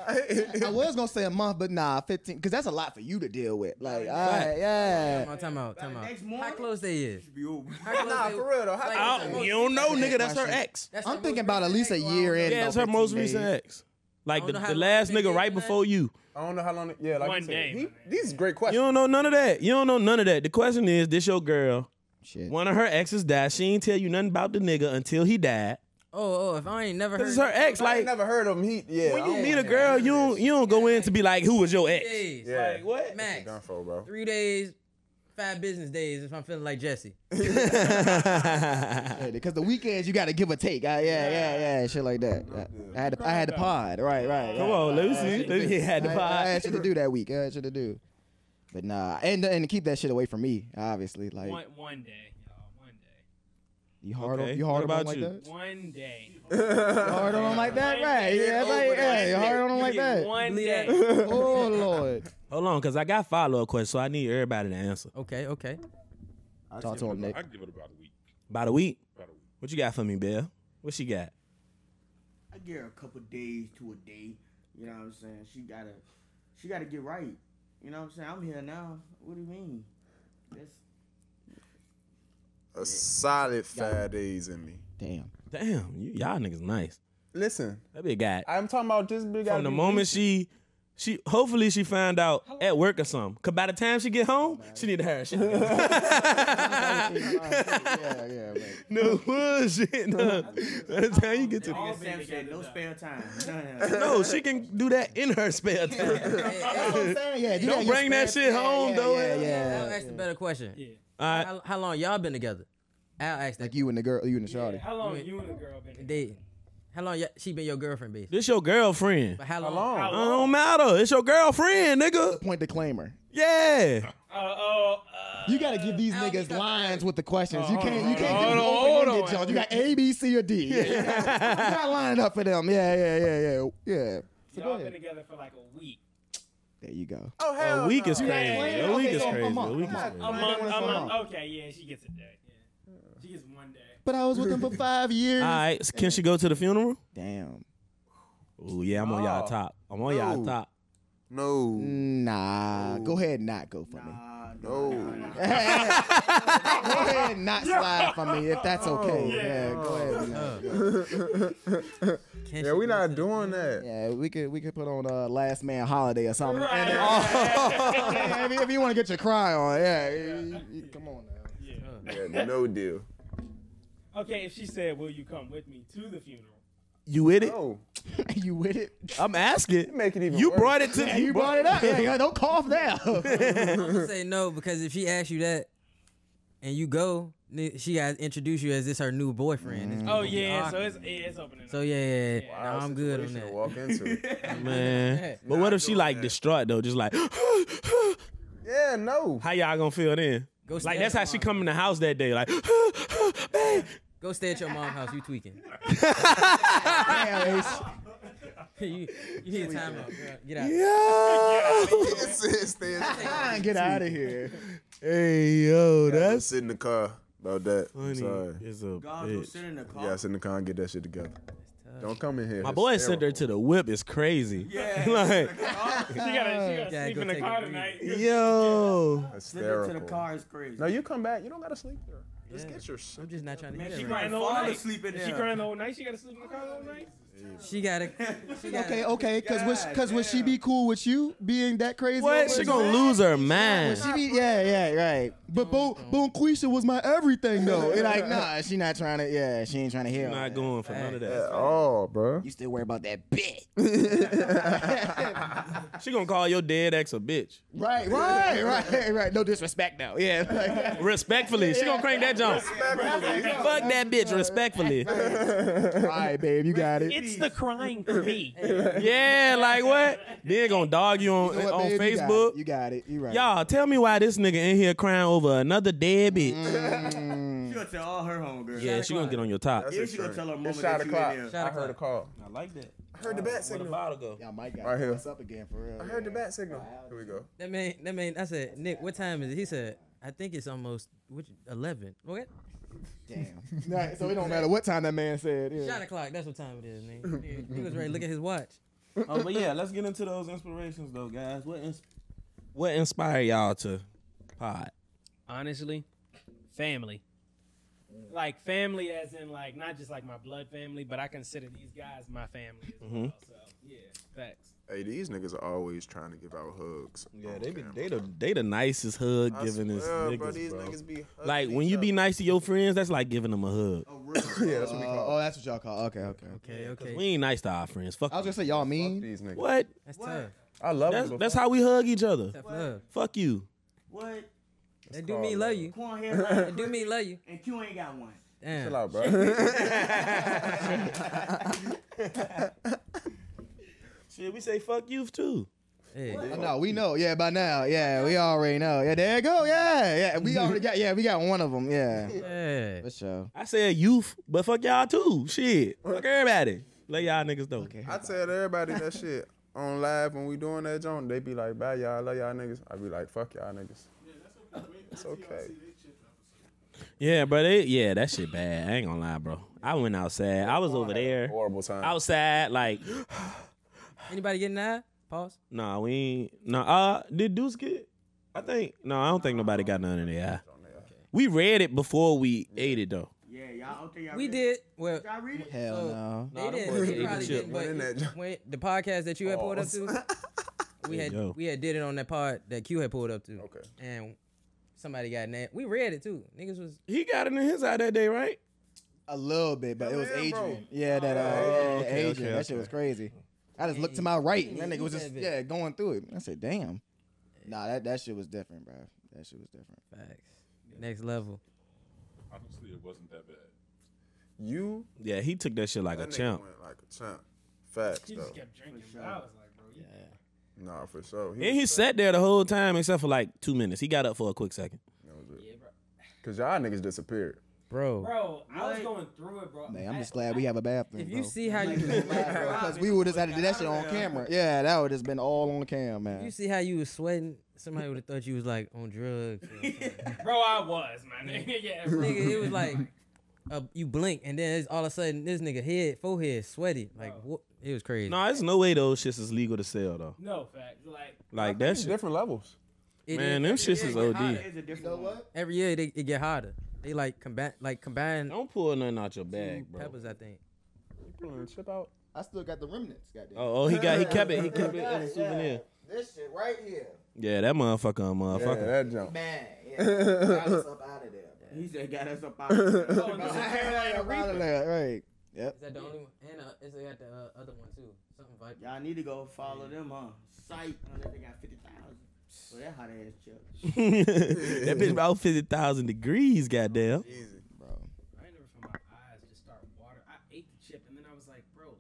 S11: I was gonna say a month, but nah, 15, because that's a lot for you to deal with. Like, all right,
S7: Right.
S11: yeah.
S7: Time out, time out, time out.
S12: Next
S7: How
S12: morning?
S7: close they is?
S12: Be over.
S7: How close
S5: Nah,
S7: they-
S5: for real though. How-
S7: like,
S8: I
S7: that's the
S8: don't-
S7: most
S8: Oh, you don't know,
S7: recent
S8: nigga. That's her
S11: question.
S8: ex.
S7: That's the
S11: I'm
S7: most
S11: thinking about at
S7: recent
S11: least a
S7: ex, so I
S11: year
S7: don't
S11: in.
S7: know.
S8: Yeah, it's her
S11: 15
S8: most
S11: days.
S8: recent ex. Like
S7: I
S8: the,
S7: don't know how long
S8: the last
S7: they've been
S8: nigga right
S7: dating
S8: before you.
S5: I don't know how long. Yeah, like
S9: One
S5: you said,
S9: day,
S5: he-
S9: man.
S5: these are great
S8: You
S5: questions.
S8: don't know none of that. You don't know none of that. The question is, this your girl?
S11: Shit.
S8: One of her exes died. She ain't tell you nothing about the nigga until he died.
S7: Oh, oh, if I ain't never heard.
S8: Cause it's her ex.
S5: I
S8: Like
S5: ain't never heard of him. He yeah.
S8: when you
S5: I
S8: meet
S5: don't-
S8: a girl, you don't, you don't go in to be like, who was your ex?
S7: Days,
S5: Yeah.
S8: Like what?
S7: max.
S5: Done for, bro.
S7: Three days, five business days. If I'm feeling like Jesse.
S11: Yeah, because the weekends you got to give or take. I, yeah, yeah, yeah, shit like that. I, I had to, I had the pod. Right, right.
S8: Come
S11: right.
S8: on, let me see. Let me had the
S11: I, I had shit to
S8: pod.
S11: do that week. I had shit to do. But nah, and and keep that shit away from me. Obviously, like
S9: One, one day, y'all. One day.
S11: you hard,
S8: Okay,
S11: on, you hard
S8: what
S11: on
S8: about
S11: them
S8: you?
S11: like that.
S9: One day.
S11: You hard on them like that, right? Yeah, it's like yeah, you hard on them like
S9: You get
S11: that.
S9: One
S7: Believe
S9: day.
S7: that.
S11: Oh lord,
S8: Hold on, cause I got follow up questions, so I need everybody to answer.
S7: Okay, okay.
S11: talk to him, Nick.
S13: I give it about a week.
S8: About a week.
S13: About a week.
S8: What you got for me, Bill? What she got?
S12: I give her a couple days to a day. You know what I'm saying? She gotta, she gotta get right. You know what I'm saying? I'm here now. What do you mean? That's
S5: A solid five days in me.
S11: Damn.
S8: Damn, you, y'all niggas nice.
S5: Listen,
S8: That be a guy.
S5: I'm talking about this big.
S8: From the moment she, she hopefully she find out at work or something. Cause by the time she get home, she need to hire a shit.
S5: Oh,
S11: yeah, yeah, right.
S8: No bullshit. No. By the time you get to
S12: all Sam said. No spare time. None.
S8: No, she can do that in her spare time.
S11: That's what I'm saying. Yeah, do
S8: Don't
S11: in your
S8: bring that
S11: spare-
S8: shit
S11: yeah,
S8: home,
S11: yeah,
S8: though.
S11: Yeah,
S7: I'll
S11: yeah.
S7: ask the better question.
S9: Yeah.
S8: All right.
S7: How, how long y'all been together? I'll ask that.
S11: Like you and the girl, you and the
S9: Yeah,
S11: shorty.
S9: How long you and the girl been? together?
S7: Dating. How long y- she been your girlfriend, basically?
S8: This your girlfriend. Uh,
S7: But how long?
S5: long?
S9: How
S8: It
S9: long?
S8: don't matter. It's your girlfriend, nigga.
S11: Point disclaimer.
S8: Yeah.
S9: Uh, oh, uh,
S11: You gotta give these
S7: I'll be
S11: niggas
S7: back.
S11: lines with the questions. You can't. You
S9: hold
S11: can't
S9: on,
S11: just
S9: hold on,
S11: open
S9: hold
S11: ended,
S9: on.
S11: y'all. You got A, B, C, or D. Yeah. you got- you got lined up for them. Yeah, yeah, yeah, yeah, yeah. So go
S9: y'all been
S11: ahead.
S9: together for like a week.
S11: There you go.
S5: Oh hell,
S8: A week is crazy.
S11: playing?
S8: A week
S11: Okay,
S8: is
S11: so a
S8: crazy. A
S11: month,
S8: week
S11: a
S8: is
S11: month.
S8: crazy.
S9: A
S11: Right,
S9: month.
S11: that's
S9: A
S11: what I'm
S9: month. Okay, yeah, she gets a day. Yeah. She gets one day.
S11: But I was with them for five years.
S8: All right. Can she go to the funeral?
S11: Damn.
S8: Oh yeah, I'm on y'all
S5: Oh.
S8: top. I'm on y'all
S5: No.
S8: top.
S11: Mm,
S5: No,
S11: Nah. Go ahead, and not go for me.
S5: no.
S11: go ahead, and not slide for me if that's okay. Oh. Yeah. Go ahead. and not go.
S5: Yeah,
S7: Can she
S5: we
S7: go
S5: not
S7: to-
S5: doing that.
S11: Yeah, we could we could put on uh, Last Man Holiday or something. And, uh, if you- if you want to get your cry on, yeah, you- you- come on. Now.
S5: Yeah, no deal.
S9: Okay, if she said, "Will you come with me to the funeral?"
S8: You with
S11: Oh.
S8: it?
S5: No,
S11: you with it?
S8: I'm asking.
S5: make it even.
S8: You
S5: worse.
S8: brought it to
S11: Yeah, you brought it up. Yeah, yeah, don't cough now.
S7: I'm gonna say no because if she asks you that and you go, ni- she got introduced you as this her new boyfriend. It's
S9: Oh
S7: gonna be
S9: yeah, so
S7: awkward.
S9: it's yeah, it's opening.
S7: So yeah, yeah, yeah.
S9: Wow,
S7: Nah, I'm good on
S9: situation
S7: that.
S9: to walk into.
S1: man. But what if she like distraught though? Just like,
S5: yeah, no.
S1: How y'all gonna feel then?
S7: Go
S1: like
S7: stand
S1: that's how she come in the house that day. Like,
S7: Go stay at your mom's house. You tweaking. you, you need a timeout. girl. Get out.
S11: Ah, Get out of here.
S1: Hey yo,
S5: that's sit in the car about that. I'm
S1: Honey
S5: sorry.
S1: is a
S8: God, who bitch. sit in the car?
S5: Yeah, sit in the car and get that shit together. Don't come in here.
S1: my
S5: It's
S1: boy sent her to the whip is crazy. like,
S8: she
S9: gotta
S5: Yeah,
S9: sleep
S5: go
S9: in the
S5: take
S9: car
S5: a
S9: tonight.
S1: yo,
S8: Send her to the car is crazy.
S5: No, you come back. You don't gotta sleep there. Just
S7: Yeah.
S5: get your shit.
S7: I'm just not trying to
S8: Man,
S7: get
S8: she
S7: her
S8: might
S7: right.
S8: know- Fall asleep in
S9: If She
S8: there.
S9: crying the whole night. She gotta sleep in the car all night.
S7: She gotta. She gotta
S11: Okay, okay, cause would, she- cause would she be cool with you being that crazy?
S1: What?
S11: over
S1: She
S11: it?
S1: gonna lose her mind.
S11: Would she be? Yeah, yeah, right. But Bo
S1: Mm-hmm.
S11: Bonquisha was my everything though. And like, nah, she not trying to. Yeah, she ain't trying to hear. all
S1: Not
S11: that.
S1: going for none of that.
S5: Oh, bro.
S11: You still worry about that bitch?
S1: She gonna call your dead ex a bitch.
S11: Right, right, right, right. No disrespect though. Yeah. like-
S1: Respectfully, she gonna crank that jump. Fuck that bitch respectfully.
S11: all right, babe, you got it.
S9: It's the crying for me.
S1: Yeah, like what? Then gonna dog you on
S11: You know what,
S1: on
S11: babe? You got it.
S1: Facebook.
S11: You got it. You right.
S1: Y'all tell me why this nigga in here crying over another dead bitch.
S8: She'll tell all her homegirls.
S1: Yeah, she gonna get on your top.
S8: Then she gonna tell her mama
S5: It's shot
S8: that you
S5: o'clock.
S8: in there.
S5: I heard a call.
S1: I like that.
S5: I heard the bat signal.
S1: bottle go?
S11: Y'all might got
S5: Right here.
S11: us up again for real.
S5: I heard the bat signal. Here we go.
S7: That man, that man. I said, Nick, what time is it? He said, I think it's almost which eleven. What?
S11: Damn. Right, so it don't matter what time that man said. yeah.
S7: Shot o'clock. That's what time it is, man. He- He was ready. to Look at his watch.
S8: Oh, but yeah, let's get into those inspirations though, guys. What ins-
S1: What inspired y'all to pod?
S9: Honestly, family. Like family, as in like not just like my blood family, but I consider these guys my family. As well. So yeah, facts.
S5: Hey, these niggas are always trying to give out hugs.
S1: Yeah, they be they the they the nicest hug
S5: I
S1: giving this
S5: swear,
S1: niggas,
S5: bro, these
S1: bro.
S5: niggas be hugging
S1: like when
S5: each
S1: you be
S5: other.
S1: nice to your friends, that's like giving them a hug.
S5: yeah, that's what we
S11: Uh,
S5: call.
S11: oh, that's what y'all call. Okay, okay.
S7: Okay, okay.
S1: We ain't nice to our friends. Fuck.
S11: I was
S1: you.
S11: gonna say y'all
S5: it. Fuck
S11: mean.
S5: these niggas.
S1: what?
S7: That's tough.
S5: I love
S1: That's
S5: them.
S1: that's how we hug each other.
S7: Tough love.
S1: Fuck you.
S8: what?
S7: They do me love you.
S8: Quan hairline
S7: They do me love you.
S8: and Q ain't got one.
S5: Chill
S7: Damn.
S5: out, bro.
S1: Shit, we say fuck you too.
S7: Hey.
S11: Oh, no, we know. Yeah, by now. Yeah, we already know. Yeah, there you go. Yeah, yeah. We already got. Yeah, we got one of them. Yeah,
S7: Yeah.
S11: for sure.
S1: I said youth, but fuck y'all too. Shit, fuck everybody. Let y'all niggas know.
S5: I tell everybody that shit on live when we doing that joint. They be like, "Bye, y'all. I love y'all niggas." I be like, "Fuck y'all niggas." It's okay.
S1: Yeah, bro. They, yeah, that shit bad. I ain't gonna lie, bro. I went outside. I was over there,
S5: Horrible time.
S1: outside. Like,
S7: Anybody getting that? Pause.
S1: nah, we ain't. Nah, uh, did Deuce get? I think. No, I don't think nobody got none in there. We read it before we ate it though.
S8: Yeah, y'all. I don't think y'all.
S7: We
S8: read
S7: did. Well,
S8: It. Y'all read it?
S11: Hell
S7: So-
S11: no.
S7: they
S1: boys
S7: didn't.
S1: ate the
S7: They probably
S1: chip.
S7: didn't.
S5: Went in
S7: But
S5: that-
S7: when the podcast that you had pulled up to, we had
S1: Yo.
S7: we had did it on that pod that Q had pulled up to.
S5: Okay.
S7: And somebody got in that. We read it too. Niggas was
S1: He got it in his eye that day, right?
S11: A little bit, but it was
S5: Yeah, bro.
S11: Adrian. Yeah, that. Uh,
S1: Oh,
S11: yeah,
S1: okay,
S11: Adrian.
S1: okay,
S11: That
S1: okay.
S11: shit was crazy. I just looked to my right, and that nigga was
S7: you
S11: just
S7: have it.
S11: yeah going through it. I said, "Damn." Nah, that that shit was different, bro. That shit was different.
S7: facts. Next level.
S14: Honestly, it wasn't that bad.
S5: You
S1: Yeah, he took that shit like
S5: that
S1: a
S5: nigga
S1: champ.
S5: went like a champ. Facts
S9: She
S5: though.
S9: just kept drinking. but I was like, bro, yeah.
S5: Nah, for sure.
S1: And he
S5: was-
S1: sat there the whole time except for like two minutes. He got up for a quick second.
S5: that was it.
S9: Yeah, bro.
S5: Cause y'all niggas disappeared.
S7: Bro.
S9: Bro, I was going through it, bro.
S11: Man, I'm just glad we have a bathroom.
S7: If you
S11: bro.
S7: see how you
S11: because we would have had to do that shit on camera. Yeah, that would have been all on cam,
S7: if you
S11: man.
S7: see how you was sweating, somebody would have thought you was like on drugs. or something.
S9: Bro, I was, my nigga. Yeah, bro.
S7: nigga, it was like uh, you blink and then it's all of a sudden this nigga head forehead sweaty. Like
S9: Bro.
S7: what? It was crazy.
S1: No, nah, there's no way those shits is legal to sell though.
S9: No facts. Like,
S1: Like that shit.
S5: Different levels.
S7: It
S1: Man,
S7: is-
S1: them shits is OD.
S8: It's a different one.
S7: every year they, it get hotter. They like combine like combine
S1: Don't pull nothing out your
S7: two
S1: bag, bro.
S7: peppers. I think.
S5: Chip out.
S11: I still got the remnants, goddamn.
S1: Oh, oh, he got he kept it. He kept it as a souvenir.
S11: This shit right here.
S1: Yeah, that motherfucker, a
S5: Yeah,
S1: motherfucker.
S5: that jump.
S11: Man, yeah. got us up out of there.
S8: He said, "Got us up out of there."
S9: oh, this is Carolina
S11: Out
S9: Reaper.
S11: of there, right.
S7: Is that the only one? And uh, is they got the uh, other one too? Something like
S12: uh,
S8: Y'all need to go follow them, huh? Sight. Unless they got fifty thousand.
S12: Well, that hot ass Chuck.
S1: that bitch about fifty thousand degrees. Goddamn.
S9: I remember from my eyes just start water. I ate the chip and then I was like, bro, like,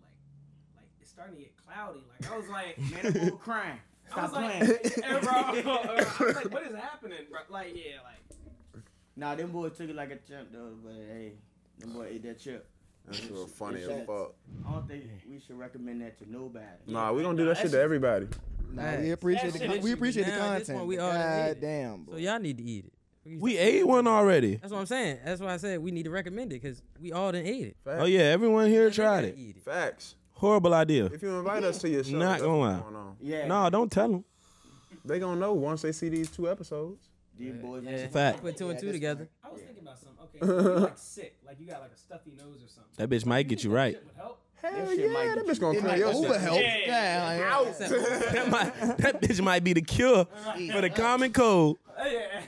S9: like it's starting to get cloudy. Like I was like,
S12: Man, that boy crying.
S9: I was
S12: Stop
S9: like,
S12: playing.
S9: hey, bro, I was like, what is happening, bro? Like, yeah, like
S12: Nah, them boys took it like a chimp though, but hey, them boy ate that chip.
S5: That shit was
S12: It
S5: funny as
S12: sucks.
S5: fuck.
S12: I don't think we should recommend that to nobody.
S5: Nah, we don't do that shit to everybody.
S6: Nah, we appreciate the, we appreciate the content.
S7: we all done ate
S6: God
S7: it.
S6: damn.
S7: So y'all need to eat it.
S1: We ate one already.
S7: That's what I'm saying. That's why I said we need to recommend it because we all done ate it.
S1: Oh yeah, everyone here tried it.
S5: Facts.
S1: Horrible idea.
S5: If you invite us to your show,
S1: Not
S5: that's
S1: gonna
S5: what's
S1: lie.
S5: going on.
S12: Yeah.
S1: No, don't tell them.
S5: They gonna know once they see these two episodes.
S12: These boys
S7: Yeah.
S1: fact.
S7: Put two and two together.
S9: I was thinking about something. Okay, so you're like sick, like you got like a stuffy nose or something.
S1: That bitch might get you right.
S9: Would help.
S5: Hell yeah, that bitch gonna clear your
S6: Uber
S5: shit.
S6: help.
S9: Yeah.
S6: Yeah, like,
S1: that, might, that bitch might be the cure for the common cold.
S9: Yeah.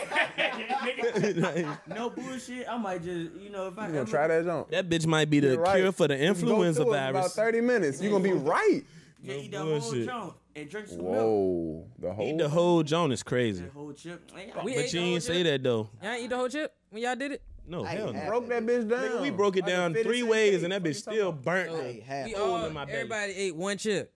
S9: Nigga,
S1: that
S12: No bullshit. I might just, you know, if I
S5: You gonna
S12: ever-
S5: try that jump?
S1: bitch might be the
S5: You're right.
S1: cure for the
S5: You go
S1: influenza
S5: through it in About
S1: virus.
S5: thirty minutes, you gonna be right.
S12: Yeah, eat that
S1: No
S12: whole
S1: bullshit.
S12: chunk and drink some milk.
S5: Whoa, the whole.
S1: Eat the whole joint is crazy.
S12: That whole chip. Man,
S7: We
S12: y'all-
S7: ate
S1: But you
S7: the
S1: ain't
S7: whole
S1: say
S7: chip.
S1: that though.
S7: Y'all ain't eat the whole chip when y'all did it.
S1: No,
S6: I
S1: hell
S6: ain't
S1: no.
S6: had-
S5: broke that bitch down.
S1: Nigga, we broke it
S5: Like a
S1: down
S5: 50
S1: three
S5: cent
S1: ways
S5: cake.
S1: and that
S5: What
S1: bitch
S5: you
S1: still
S5: talking
S1: burnt.
S6: I ain't had
S7: We
S6: it.
S7: all
S1: in my belly.
S7: everybody ate one chip,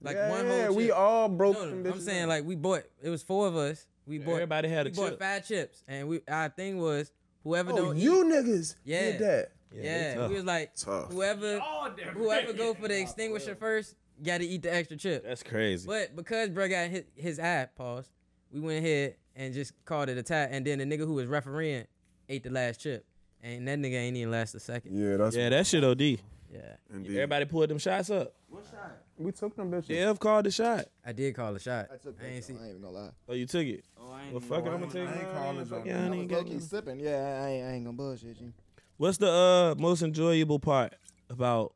S7: like
S5: about?
S7: one whole.
S5: Yeah,
S7: chip.
S5: we all broke.
S7: No,
S5: them
S7: no, I'm
S5: bitches
S7: saying
S5: down.
S7: like we bought. It was four of us. We bought.
S1: Everybody had a
S7: we bought
S1: chip.
S7: five chips, and we our thing was whoever
S5: Oh,
S7: don't
S5: you
S7: eat.
S5: niggas
S7: Yeah.
S5: did that.
S1: they
S7: Yeah,
S1: tough.
S7: we was like
S5: Tough.
S7: whoever
S9: all different.
S7: whoever go for the extinguisher first, got to eat the extra chip.
S1: That's crazy.
S7: But because bro got hit his eye, pause. We went ahead and just called it a tie, and then the nigga who was refereeing ate the last chip, and that nigga ain't even last a second.
S5: Yeah, that's
S1: Yeah, that shit OD.
S7: Yeah,
S5: indeed.
S1: Everybody pulled them shots up.
S12: What shot?
S5: we took them bitches.
S1: Dev called the shot.
S7: I did call a shot.
S6: I took that.
S7: I ain't see.
S6: though, I ain't even gonna lie.
S1: Oh, you took it.
S12: Oh, I ain't
S1: Well,
S12: even
S1: fuck it.
S12: gonna-
S1: I'm gonna take
S5: I ain't calling
S1: mine.
S5: Jordan.
S1: Yeah, I
S6: I
S1: ain't
S6: was
S1: got
S6: low-key
S1: no-
S6: sipping. Yeah, I ain't, I ain't gonna bullshit you.
S1: What's the uh most enjoyable part about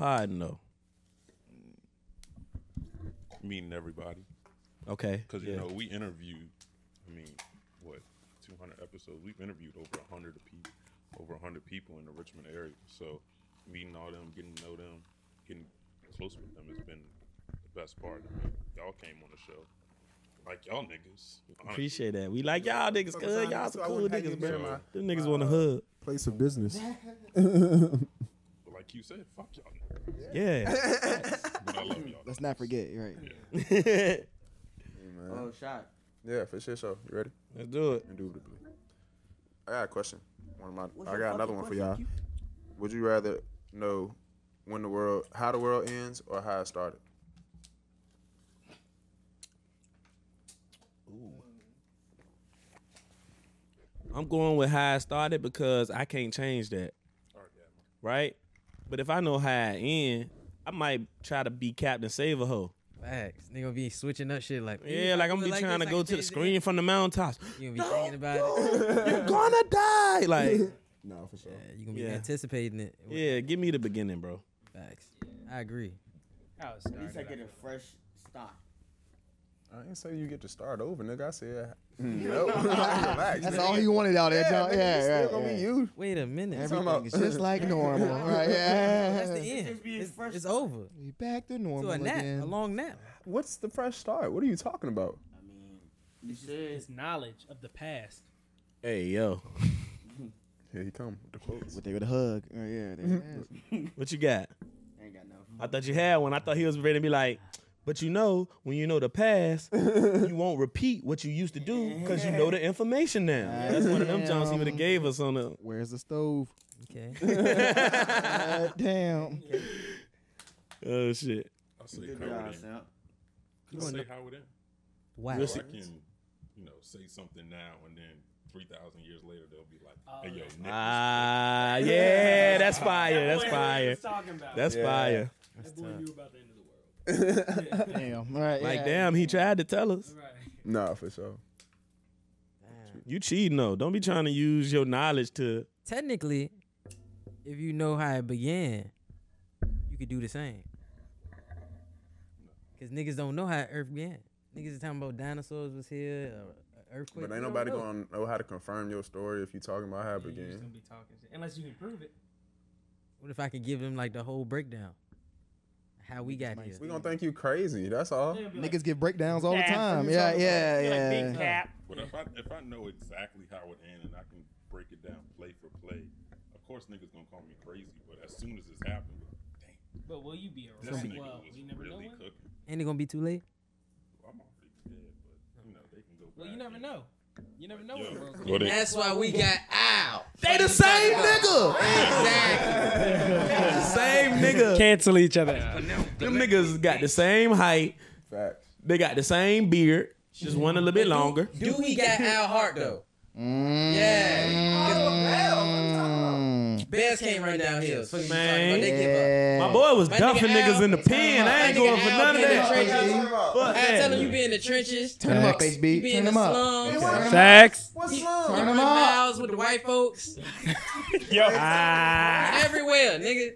S1: podding though?
S8: Meeting everybody.
S1: Okay.
S8: Because,
S1: yeah.
S8: you know, we interviewed, I mean, what, 200 episodes? We've interviewed over 100 people, over 100 people in the Richmond area. So meeting all them, getting to know them, getting close with them has been the best part. Y'all came on the show. Like y'all niggas. honestly.
S1: Appreciate that. We like y'all niggas,
S5: Fuck
S1: cuz
S5: around,
S1: y'all
S5: that's
S1: some
S5: why I
S1: cool
S5: wouldn't have
S1: niggas,
S5: you
S1: bro.
S5: been my-
S1: Them niggas want to hug.
S5: place of business.
S8: But like you said, fuck y'all niggas.
S1: Yeah.
S8: But I love y'all.
S6: Let's not forget. You're right.
S12: Oh, shot.
S5: Yeah, for sure. So you ready?
S1: Let's do it.
S5: Indubitably. I got a question. One of my,
S12: What's
S5: I
S12: your
S5: got another
S12: fucking
S5: one for y'all.
S12: question,
S5: Would you rather know when the world, how the world ends, or how it started?
S1: I'm going with how I started because I can't change that. Right? But if I know how I end, I might try to be Captain Save a Hoe.
S7: Facts. They gonna be switching up shit like
S1: Yeah, like I'm
S7: gonna
S1: gonna be trying to go to the screen from the mountaintops.
S7: You gonna be thinking about it.
S1: You're gonna die. Like,
S5: No, for sure.
S7: You gonna be
S1: Yeah.
S7: anticipating it.
S1: yeah, give me the beginning, bro.
S7: Facts. I agree.
S9: How it
S12: At least I get
S9: started.
S12: a fresh start.
S5: I ain't say you get to start over, nigga. I said no. Relax.
S6: That's
S5: nigga.
S6: all you wanted out there,
S5: Yeah,
S6: John.
S5: nigga, it's
S6: Yeah,
S5: still gonna
S6: yeah,
S5: be
S6: yeah.
S5: you.
S7: Wait a minute.
S5: Every-
S6: Everything is just like normal, right? Yeah.
S7: That's the end.
S12: just being
S7: It's,
S12: fresh.
S7: it's over.
S6: We back to
S7: So
S6: normal
S7: a nap,
S6: again.
S7: a long nap.
S5: What's the fresh start? What are you talking about?
S12: I mean, you said
S9: It's knowledge of the past.
S1: Hey, yo.
S5: Here he come with the quotes.
S6: But they would hug. Oh, yeah, they
S1: What you got?
S12: I ain't got nothing.
S1: I thought you had one. I thought he was ready to be like, but you know, when you know the past, you won't repeat what you used to do because you know the information now. That's one of them Johns he would have gave us on the.
S6: Where's the stove?
S7: Okay.
S6: God damn.
S1: Oh shit!
S8: I say
S12: Good
S8: how
S12: job,
S8: it
S12: Sam.
S8: ends. I say how it ends.
S7: Wow.
S8: So I can, you know, say something now and then 3,000 years later, they'll be like,
S9: Oh,
S8: hey, yo, Nick.
S1: Ah, yeah, that's fire. That's fire.
S9: Talking about
S1: That's fire.
S9: that boy knew about the end of the world.
S6: Damn. All right.
S1: Like,
S6: yeah.
S1: damn, he tried to tell us.
S9: Right.
S5: Nah, for sure.
S1: You cheating though. Don't be trying to use your knowledge to.
S7: Technically, if you know how it began, you could do the same. Cause niggas don't know how Earth began. Niggas is talking about dinosaurs was here, or a earthquake.
S5: But
S7: We
S5: ain't
S7: don't
S5: nobody
S7: know.
S5: gonna know how to confirm your story if you talking about how it
S9: You're just
S5: began.
S9: gonna be talking shit. Unless you can prove it.
S7: What if I could give them like the whole breakdown? how we got here.
S5: We gonna think you crazy. That's all.
S11: Niggas give breakdowns all the time. Yeah, yeah, yeah.
S8: But
S1: Ah.
S8: if I if I know exactly how it ends and I can break it down play for play, of course niggas gonna call me crazy. But as soon as it's happened,
S9: But will you be
S8: this
S9: around?
S8: nigga
S9: Well,
S8: was
S9: we never know.
S8: really
S9: when.
S8: cooking.
S7: Ain't it gonna be too late?
S8: I'm already dead, but you know they can go.
S9: Well, you never know. You never know.
S8: Yeah.
S9: when world's
S8: Well, they-
S7: That's why we got out.
S1: They the same nigga.
S7: Exactly.
S1: same nigga.
S9: Cancel each other. out.
S1: Them niggas got the same height.
S5: Facts.
S1: They got the same beard. Just one a little bit longer.
S7: Do we got Al Hart though?
S11: Mm.
S7: Yeah. Bears can't run down hills. Fuck you talking about. They give
S1: My boy was
S7: My
S1: dumping
S7: nigga Al-
S1: niggas in the pen. I ain't
S7: my nigga
S1: going for
S7: Al
S1: none of
S7: been in
S1: that.
S7: the trenches.
S1: Fuck
S7: up. I tell him
S1: that.
S7: you be in the trenches.
S11: Turn them up,
S7: You
S11: HB.
S7: be
S11: Turn
S7: in the
S11: them up.
S7: slums.
S9: Facts.
S4: What's
S7: You
S4: wrong?
S7: run
S11: Turn 'em up.
S7: miles with the white folks. Everywhere, nigga.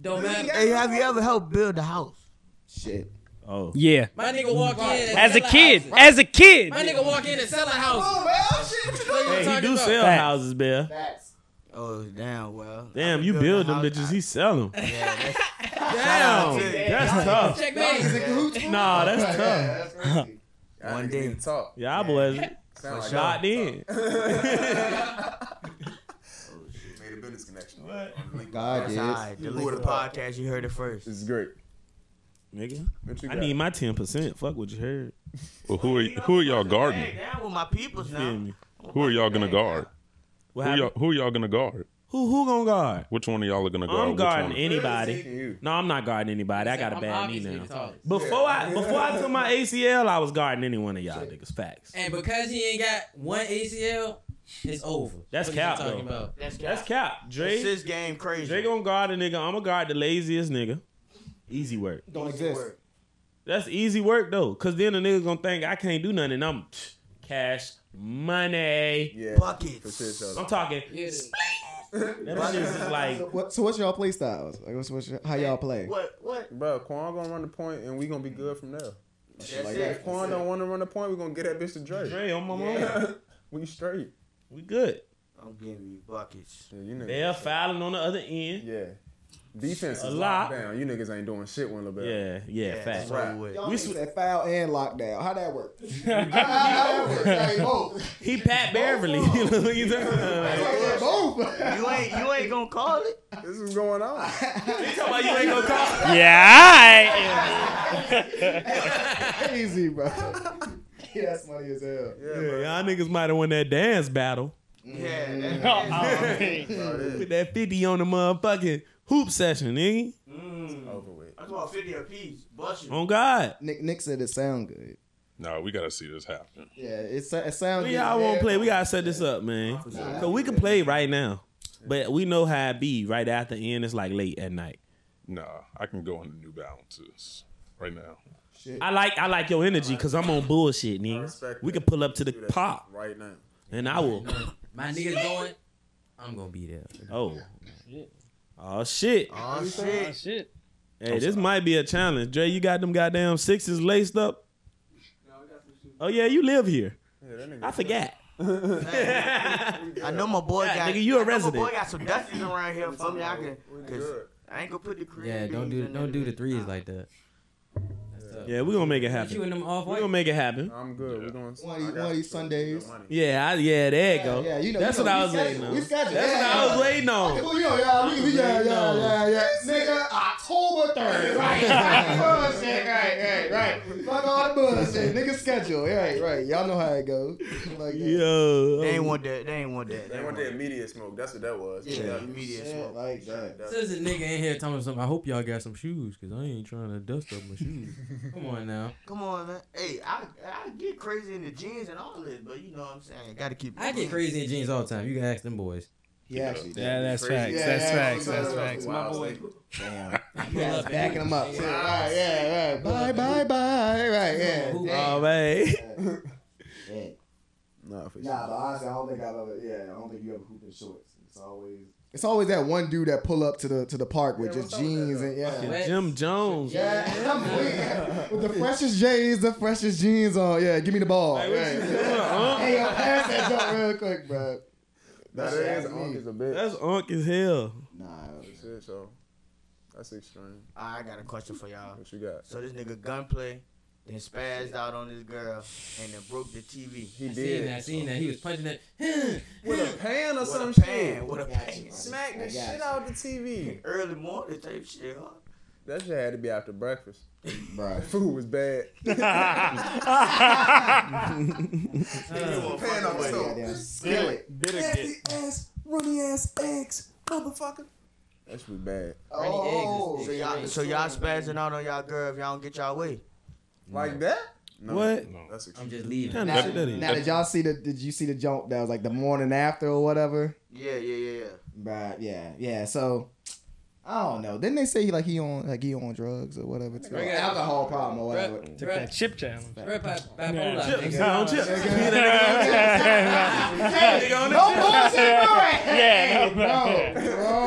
S7: Don't matter.
S4: Hey, have you ever helped build a house?
S11: Shit.
S1: Oh.
S9: Yeah.
S7: My nigga walk in and
S9: As a
S7: sell
S9: kid.
S7: house.
S9: As a kid.
S7: My nigga walk in and sell a house.
S1: Hey, he do sell
S9: Facts.
S1: houses, Bill.
S4: Oh, damn, well.
S1: Damn, you build them bitches. He sell them. Damn, that's tough.
S7: Checkmate.
S1: Nah, that's tough.
S5: One day talk.
S1: Y'all boys
S5: Sound like
S1: locked in.
S5: Made a business connection.
S11: God is.
S4: The legal podcast, you heard it first.
S5: This is great.
S1: Nigga,
S5: What you
S1: I
S5: got?
S1: need my ten percent. Fuck what you heard.
S8: Well, who are who are y'all guarding?
S4: Down with my peoples
S1: Feel
S4: now.
S1: me?
S8: Who are y'all gonna guard?
S1: What
S8: Who y'all
S1: happened?
S8: who y'all gonna guard?
S1: Who who gonna guard?
S8: Which one of y'all are gonna guard?
S1: I'm
S8: Which
S1: guarding
S8: one?
S5: Taking
S1: anybody.
S5: you.
S1: No, I'm not guarding anybody. I got a
S7: I'm
S1: bad knee
S7: obviously
S1: now.
S7: the tallest.
S1: Before I before I took my ACL, I was guarding any one of y'all niggas. Facts.
S7: And because he ain't got one ACL, it's over.
S1: That's
S7: What you
S1: cap,
S7: talking
S1: though.
S7: about?
S1: That's cap.
S4: It's
S1: Dre
S4: this game crazy.
S1: Dre gonna guard a nigga. I'm gonna guard the laziest nigga. Easy work.
S11: Don't exist.
S1: That's easy work though, cause then the nigga gonna think I can't do nothing. and I'm psh, cash money.
S5: Yeah. For
S4: Buckets.
S5: shit, though.
S1: I'm talking.
S7: Yeah.
S1: That shit's just like
S11: So what- so what's y'all play styles? Like, what's, what's your, how y'all play?
S4: What? What?
S5: Bro, Quan gonna run the point and we gonna be good from there.
S4: That's
S11: Like
S5: If
S4: it.
S5: Quan don't wanna run the point, we gonna get that bitch to Dre.
S1: Dre on my mom.
S5: We straight.
S1: We good.
S4: I'm giving you buckets.
S5: Yeah, you niggas.
S1: They're fouling on the other end.
S5: Yeah. Defense
S1: A
S5: is
S1: lot.
S5: locked down. You niggas ain't doing shit when LeBell.
S1: Yeah, yeah,
S4: Yeah,
S1: facts.
S4: it's over with.
S11: Y'all we said foul and lockdown. How that work?
S1: He Pat Beverly. You know what I'm saying?
S4: You ain't, you ain't gonna call it.
S5: This is going on.
S1: He talking about you ain't gonna call.
S9: Yeah.
S11: Crazy, bro. Yeah, that's funny as hell.
S5: Yeah,
S1: Yeah,
S5: bro.
S1: y'all niggas might have won that dance battle
S4: Yeah,
S5: Mm.
S4: that-
S5: Oh,
S1: with that 50 on the motherfucking hoop session, nigga.
S5: Over with.
S4: Mm. that's about 50 apiece. Bust it.
S1: On God.
S11: Nick Nick said it sound good.
S8: No, we gotta see this happen.
S11: Yeah, it, sa- it sounds
S1: We
S11: good.
S1: all
S11: Yeah.
S1: won't play. We gotta set this up, man. Cause we can play right now, but we know how it be. Right after end, it's like late at night.
S8: Nah, I can go on the New Balances right now.
S1: I like I like your energy because I'm on bullshit, niggas.
S5: respect
S1: We
S5: that.
S1: can pull up to the
S5: Do that
S1: pop,
S5: Right now.
S1: and I will.
S7: My nigga's going. I'm gonna be there.
S1: Oh, oh shit!
S4: Oh, shit.
S9: Shit.
S1: Hey, this might be a challenge. Dre, you got them goddamn sixes laced up. Oh yeah, you live here.
S5: Yeah, that nigga.
S1: I forgot.
S4: I know my boy
S1: Yeah,
S4: got.
S1: nigga, you a
S4: I know
S1: resident.
S4: My boy got some dusties around here for me. I can.
S5: We
S4: Cause
S5: good.
S4: I ain't gonna put the cream.
S7: Yeah, don't do don't do the threes like that.
S1: Yeah, we gonna make it
S7: Put you in
S1: happen.
S7: them off
S1: We gonna
S7: white.
S1: make it happen.
S5: I'm good. We're going
S11: One of these- one of these Sundays.
S1: Yeah, I, yeah, there you go.
S11: Yeah, you know.
S1: That's
S11: you
S1: what
S11: know,
S1: I
S11: we
S1: was
S11: schedule-
S1: waiting on.
S11: We schedule.
S1: That's what I was waiting on.
S11: Well, you know, yeah, we, we, yeah, yeah, yeah, yeah, Nigga, October 3rd. Right, right, bullshit, right, right, right. Fuck all the bullshit. Nigga schedule. Right, right. Y'all know how it goes. Like, yeah.
S1: Yo,
S4: They ain't want that. They ain't want that.
S5: They want that media smoke. That's what that was.
S4: Yeah, immediate
S11: Shit
S4: smoke.
S11: like that.
S7: Says a nigga in here telling me something. I hope y'all got some shoes, cause I ain't trying to dust up my shoes. Come on now.
S4: Come on, man. Hey, I I get crazy in the jeans and all this, but you know what I'm saying. Gotta keep. it
S7: I get
S4: moving.
S7: crazy in jeans all the time. You can ask them boys.
S11: He actually did.
S9: Yeah, that's facts.
S11: Yeah,
S9: That's
S11: yeah,
S9: facts.
S11: yeah.
S9: That's facts. My
S5: Wow,
S9: boy.
S11: Damn. He was backing him up. Yeah, right, yeah, right. Bye, bye, bye. Right, yeah.
S7: Who-
S1: oh man.
S11: Yeah.
S5: Nah, for sure.
S11: Nah, but honestly, I don't think I've ever. Yeah, I don't think you ever hooped in shorts. It's always. It's always that one dude that pull up to the to the park with just jeans and yeah.
S7: Wet.
S1: Jim Jones.
S11: Yeah, I'm weak. with the freshest J's, the freshest jeans on. Yeah, give me the ball. Right. hey, yo, pass that jump real quick, bro.
S5: That
S11: Shit,
S5: is
S11: that's me.
S5: Unc is a bitch.
S1: That's unk as hell.
S11: Nah,
S5: Shit, so. That's extreme.
S12: I got a question for y'all.
S5: What you got?
S12: So this nigga gunplay then spazzed out on this girl and then broke the TV.
S5: He I seen did. that, I seen that. He was
S7: punching it.
S5: With a pan or
S12: With a
S5: some
S12: pan,
S5: shit.
S12: with a pan.
S5: Smack
S12: I
S5: the
S12: got
S5: shit
S12: you.
S5: out the TV.
S12: Early morning type shit, huh?
S5: That shit had to be after breakfast. Bruh. Food was bad. pan on the stove.
S6: Bitter ass, runny ass eggs, motherfucker.
S5: That should be bad.
S12: Oh, so y'all, so y'all spazzing out on y'all girl if y'all don't get y'all way.
S5: Like that?
S1: What?
S5: That's
S12: I'm just
S1: leaving.
S12: leaving.
S1: Now- That-
S11: Now did y'all see the? Did you see the jump that was like the morning after or whatever?
S12: Yeah, yeah, yeah, yeah.
S11: But yeah, yeah. So I don't know. Didn't they say like he on like he on drugs or whatever? Too?
S7: Right.
S11: Alcohol problem or
S7: Right.
S11: whatever.
S9: Took that chip challenge.
S7: Red Pop bipolar.
S1: Chips,
S7: nigga.
S1: nah, on chips.
S11: Nigga.
S1: He that nigga on chips. Hey, nigga on the
S11: No
S1: chips.
S11: bullshit, bro.
S9: Yeah, no
S11: no,
S9: bullshit.
S11: bro.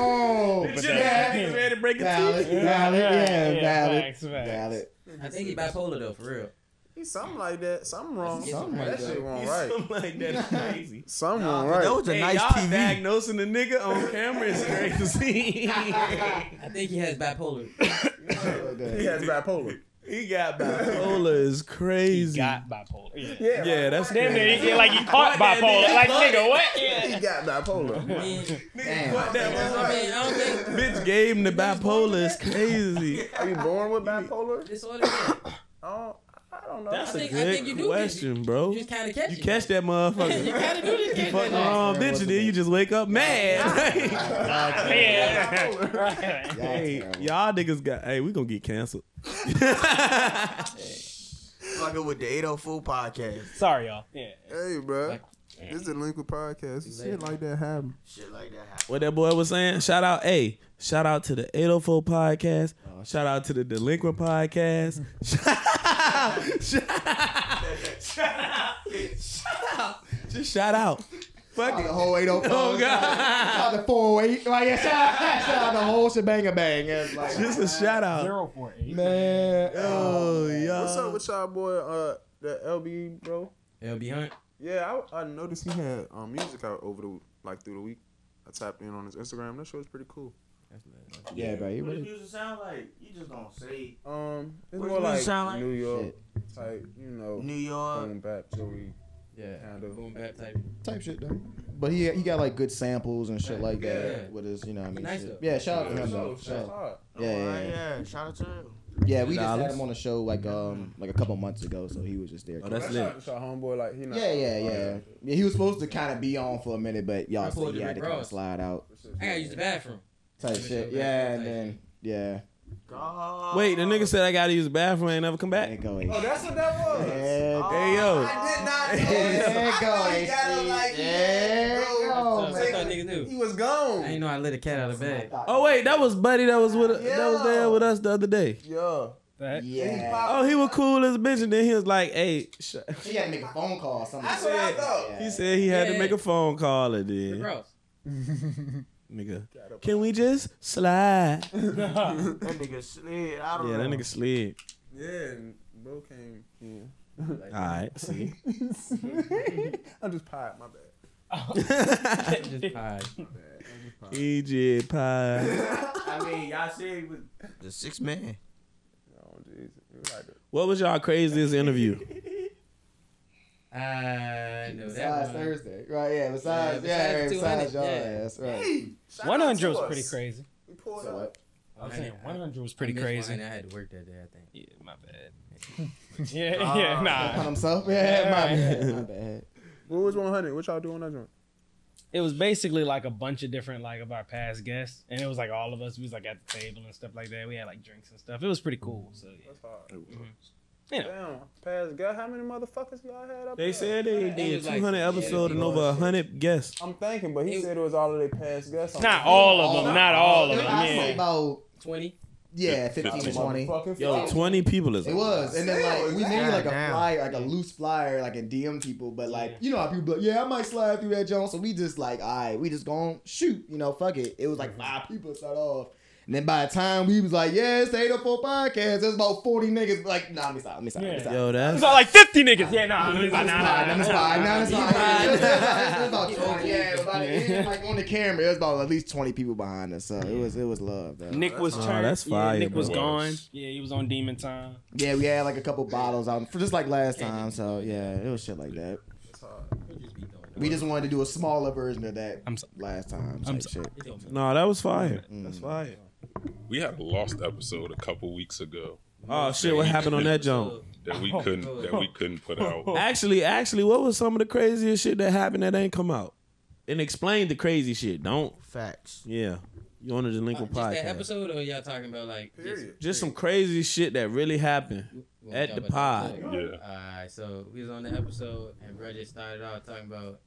S1: Chips,
S11: Valid,
S1: that nigga's ready to break a
S11: valid,
S1: teeth.
S11: yeah,
S9: Yeah,
S11: valid,
S9: facts, facts.
S11: valid.
S7: I think he bipolar though, for real.
S5: He's something like that. Something wrong.
S11: Something like
S5: that
S11: that.
S5: shit wrong
S1: He's
S5: right.
S1: Something like that is crazy.
S5: Something wrong
S12: But That
S5: right.
S12: was a
S1: hey,
S12: nice
S1: y'all
S12: TV.
S1: diagnosing the nigga on camera is crazy.
S7: I think he has bipolar.
S5: He has bipolar.
S1: he got bipolar is
S9: He
S1: crazy.
S9: got bipolar. Yeah.
S5: Yeah.
S1: yeah, that's
S9: Damn near, he- like he caught
S1: Caught that
S9: bipolar.
S1: nigga,
S9: Like
S1: caught
S9: nigga,
S1: it.
S9: what?
S5: He got bipolar.
S7: I mean,
S11: Damn.
S1: What that was
S7: I mean, I don't think
S1: Bitch gave him the bipolar is crazy.
S5: Are you born with bipolar?
S7: disorder. yeah.
S5: Oh, I don't know.
S1: That's
S7: I think-
S1: a
S7: I
S1: good
S7: think you do
S1: question, bro.
S7: You just kind of catch
S1: You
S7: it.
S1: catch that motherfucker.
S7: you
S1: you
S7: kind of do this.
S1: fuck
S7: shit.
S1: the wrong bitch and then you just wake up mad.
S9: Yeah. Right.
S1: hey,
S11: terrible.
S1: y'all niggas got. Hey, we gonna get canceled.
S12: Fucking with the 804 podcast.
S9: Sorry, y'all. Yeah.
S5: Hey, bro. This is the Liquid Podcast. Shit like that happen.
S12: Shit like that happened.
S1: what that boy was saying. Shout out, hey, shout out to the 804 podcast.
S12: Oh,
S1: shout out to the Delinquent podcast. shout out, shout out, shout out, shout out. Just shout out. Fuck
S11: The
S1: it.
S11: whole 804.
S1: Oh God.
S11: Shout out the 408. Like, yeah, shout, out- shout out the whole shebang bang. It's like,
S1: Just a shout out.
S9: Zero four eight.
S11: man.
S1: Oh, y'all.
S5: What's up with y'all boy? Uh, the LB bro.
S7: LB Hunt.
S5: Yeah, I, I noticed he had um, music out over the like through the week. I tapped in on his Instagram. That show was pretty cool.
S11: Yeah, bro. You
S12: What
S11: really
S12: does music sound like? You just gonna say
S5: Um, it's
S12: What does
S5: more
S12: it
S5: like,
S12: sound like?
S5: New York type, you know,
S12: New York.
S5: boom bap, Joey
S7: Yeah.
S5: kind of.
S7: Boom bap type.
S11: type shit though. But he he got like good samples and shit like that
S7: Yeah.
S11: with his, you know what I mean?
S7: Nice
S11: shit.
S7: though.
S11: Yeah, shout out to
S5: Yeah,
S11: him
S5: so,
S11: though.
S5: that's
S11: Shout out.
S5: hard.
S11: Yeah, yeah, yeah.
S12: yeah. Shout out to him.
S11: Yeah, we just had
S1: Dollars.
S11: him on the show like um like a couple months ago, so he was just there.
S1: Oh, that's
S5: That's
S1: lit.
S5: not your homeboy. Like he not.
S11: yeah, yeah, yeah, yeah. He was supposed to kind of be on for a minute, but
S7: I
S11: y'all
S7: pulled
S11: said he
S7: the
S11: had to
S7: Rick
S11: kind of
S7: Ross.
S11: slide out
S7: I gotta use the bathroom.
S11: type
S7: Yeah,
S11: shit.
S7: yeah,
S11: Yeah, and
S7: yeah.
S11: then yeah,
S12: God.
S1: Wait, the nigga said I gotta use the bathroom. Ain't never come back.
S11: and go ahead.
S5: Oh, that's what that was. Oh,
S11: Yeah,
S1: Hey yo.
S12: I did not know.
S11: There it go.
S12: you gotta like-
S11: There it go,
S7: That's what I
S11: Oh, man.
S7: thought niggas do.
S5: He was
S7: I
S5: gone.
S7: ain't know I let a cat out of the bag.
S1: Oh wait, that was Buddy. That was with. That was there with us the other day.
S5: Yeah.
S9: That-
S11: Yeah.
S1: Oh, he was cool as a bitch, and then he was like, "Hey," sh-
S11: He had to make a phone call or something.
S5: That's what I thought.
S11: Yeah.
S1: he said he had to
S7: Yeah.
S1: make a phone call, and then
S7: Ross.
S1: nigga, can we just slide?
S12: That nigga slid. I don't
S1: Yeah,
S12: know.
S1: that nigga slid.
S5: Yeah, and bro came. Yeah.
S1: All right, see.
S5: I'm just pied. My bad.
S7: Just pied.
S1: EJ pie.
S12: I mean, y'all said he was the six man.
S5: Oh Jesus. It was like the-
S1: What was y'all craziest interview?
S7: I know
S11: Besides
S7: that one.
S11: Thursday, right? Yeah, besides,
S7: Yeah,
S11: yeah, right,
S7: besides
S11: besides
S7: 200,
S11: y'all,
S7: yeah.
S11: yeah, that's right.
S5: Shout
S9: One
S5: out
S9: hundred
S5: to
S9: was
S5: us.
S9: pretty crazy.
S5: We pulled
S11: So
S5: up.
S11: what?
S9: I'm
S7: I
S9: saying
S7: didn't-
S9: one hundred was
S7: I
S9: pretty
S7: missed one
S9: crazy.
S7: and I had to work that day, I think.
S9: Yeah, my bad. Uh, yeah, yeah,
S11: On
S9: nah.
S11: himself, yeah, my
S9: Yeah.
S11: bad, my bad.
S5: What was 100? What y'all doing that joint?
S9: It was basically like a bunch of different like of our past guests, and it was like all of us. We was like at the table and stuff like that. We had like drinks and stuff. It was pretty cool. So yeah.
S5: That's hard.
S9: Mm-hmm. Yeah.
S5: Damn, Paz, God, how many motherfuckers y'all had up
S1: They
S5: there?
S1: said they did
S7: was like-
S1: 200
S7: yeah,
S1: episodes and
S7: it
S1: over 100 guests.
S5: I'm thinking, but he
S7: It-
S5: said it was all of their past guests. I'm
S9: not
S5: thinking,
S9: all of them. Oh, Not all of them.
S11: I say
S9: Yeah.
S11: about
S7: 20?
S11: yeah,
S8: Fifteen.
S11: fifteen to twenty.
S5: Motherfucking
S1: Yo,
S5: fuck.
S1: 20 people is.
S11: It was, and then like we made like a
S12: Goddamn.
S11: flyer, like a loose flyer, like in DM people, but like
S9: Yeah.
S11: you know how people be like, yeah, I might slide through
S7: Mm-hmm.
S11: that Jones. So we just like, all right, we just gonna shoot, you know, fuck it. It was like five people to start off, and And then by the time we was like, yeah, it's the 804 podcast, there's about 40 niggas. Like, nah, let me stop, let me stop, let me stop.
S1: Yo, that's-
S9: It's not like 50 niggas. Yeah, nah.
S11: Nah,
S9: nah,
S11: it's
S9: nah,
S11: fine,
S9: nah,
S11: nah, it's
S9: nah,
S11: fine, nah, it's
S9: nah,
S11: fine.
S9: nah.
S11: It's about 20, yeah, by the end, like on the camera, it was about at least 20 people behind us. So it was it was love, though.
S9: Nick was turned. yeah, Nick was gone. Yeah, he was on Demon Time.
S11: Yeah, we had like a couple bottles out for just like last time. So yeah, it was shit like that. We just wanted to do a smaller version of that last time.
S8: I'm
S11: type shit.
S1: No, that was fire.
S5: Mm.
S1: That's fire.
S8: We had a lost episode a couple weeks ago.
S1: Oh shit! What happened on that jump?
S8: That
S11: Oh,
S8: we couldn't that we couldn't put out.
S1: Actually, actually, what was some of the craziest shit that happened that ain't come out? And explain the crazy shit. Don't
S12: facts.
S1: Yeah, you on the delinquent
S7: Just that
S1: podcast?
S7: episode, or y'all talking about like? Period.
S1: Just some crazy shit that really happened at the pod.
S7: Alright, so we was on the episode and bro just started off talking about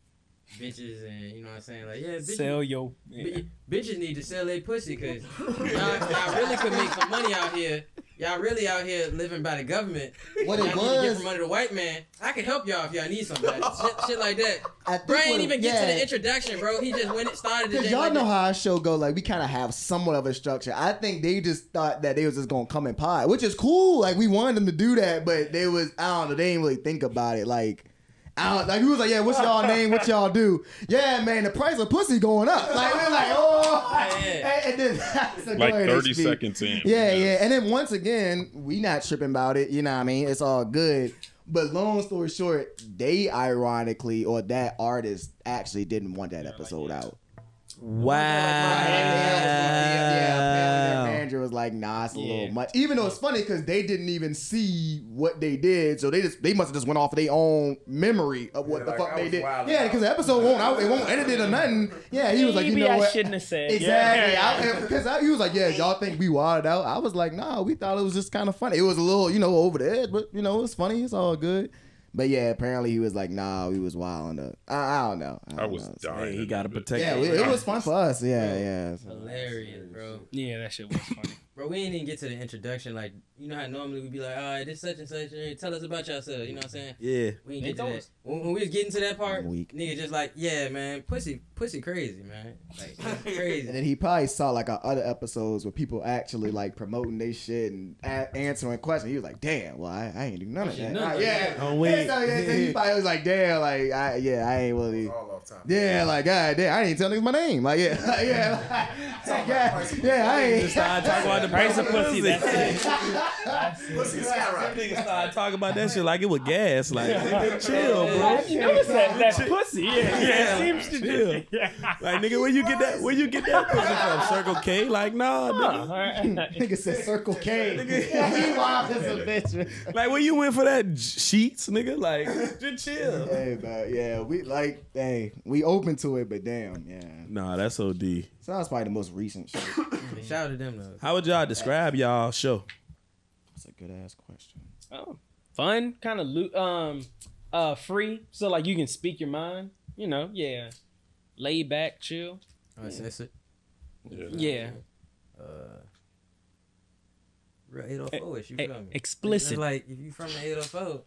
S7: bitches and you know what I'm saying like yeah bitches,
S9: Sell your-
S7: bi- bitches need to sell their pussy because y'all, y'all really could make some money out here. Y'all really out here living by the government.
S11: What
S7: y'all
S11: it
S7: need to get
S11: was-
S7: from under the white man. I can help y'all if y'all need somebody. shit, shit like that.
S11: I
S7: Bro
S11: think
S7: ain't
S11: what-
S7: even get to
S11: yeah.
S7: the introduction, bro. He just went it started. the
S11: Cause
S7: day
S11: y'all
S7: like
S11: know
S7: that.
S11: how our show go. Like we kind of have somewhat of a structure. I think they just thought that they was just gonna come and pod, which is cool. Like we wanted them to do that, but they was I don't know. They didn't really think about it. Like. I don't, like we was like, yeah, what's y'all name? What y'all do? Yeah, man, the price of pussy going up. Like we're like, oh, and, and then so go
S8: Like
S11: ahead, HB.
S8: 30 seconds in.
S11: Yeah, yeah. And then once again, we not tripping about it. You know what I mean? It's all good. But long story short, they ironically or that artist actually didn't want that episode out.
S1: Wow.
S11: Yeah, manager was like, nah, it's a little much. Even though it's funny because they didn't even see what they did, so they just they must have just went off of their own memory of what the
S6: like,
S11: fuck
S6: I
S11: they
S6: was
S11: did.
S6: wilding
S11: Yeah, because the episode won't out, it won't edited or nothing. Yeah, he was like, you
S9: Maybe
S11: know
S9: I
S11: what?
S9: shouldn't have said.
S11: Exactly.
S9: Yeah.
S11: Because he was like, yeah, y'all think we wilded out? I was like, nah, we thought it was just kind of funny. It was a little, you know, over the edge, but you know, it's funny. It's all good. But yeah, apparently he was like, nah, we was wilding up. I, I don't know. I,
S8: I was dying.
S1: he got to protect.
S11: yeah,
S1: the-
S11: it, it was fun for us. Yeah, yeah. So-
S7: Hilarious, bro.
S9: Yeah, that shit was funny.
S7: Bro, we ain't even get to the introduction. Like, you know how normally we be like, all right, this such and such. eh, Tell us about yourself. You know what I'm saying?
S1: Yeah.
S7: We ain't
S9: They
S7: get to
S9: told
S7: that.
S9: us.
S7: When, when we was getting to that part,
S11: Weak.
S7: nigga just like, yeah, man, pussy, pussy crazy, man. Like, crazy.
S11: And then he probably saw like our other episodes where people actually like promoting their shit and a- answering questions. He was like, "Damn, well I, I ain't do none of that."
S7: None of
S11: I-
S7: that.
S11: yeah,
S1: Oh, wait.
S11: So, yeah, so he probably was like, "Damn, like I yeah I ain't really." Yeah, like God damn, I ain't tell niggas my name. Like yeah, like, yeah, like, yeah, yeah, I ain't.
S1: Just started talking about the price of pussy. That's it.
S5: Pussy skyrocket.
S1: Nigga started talking about that shit like it was gas. Like, chill, bro.
S9: I didn't notice that, that pussy. Yeah, yeah. It seems to
S1: chill. Like, nigga, where you get that? Where you get that pussy from? Circle K? Like, nah, nigga.
S11: Nigga said Circle K. he wild as a bitch.
S1: Like, where you went for that j- sheets, nigga? Like, just chill.
S11: Hey, but yeah, we like, hey, we open to it, but damn, yeah.
S1: Nah, that's OD.
S11: So that's probably the most recent shit.
S7: Shout out to them though.
S1: How would y'all describe y'all show?
S11: That's a good ass question.
S9: Oh, fun, kind of lo- um, uh, free. So like you can speak your mind. You know, yeah, laid back, chill.
S7: Uncensored.
S9: Yeah,
S7: Real 804 ish, oh you
S9: E-
S7: feel me?
S9: explicit.
S7: It's Like, if you from the 804,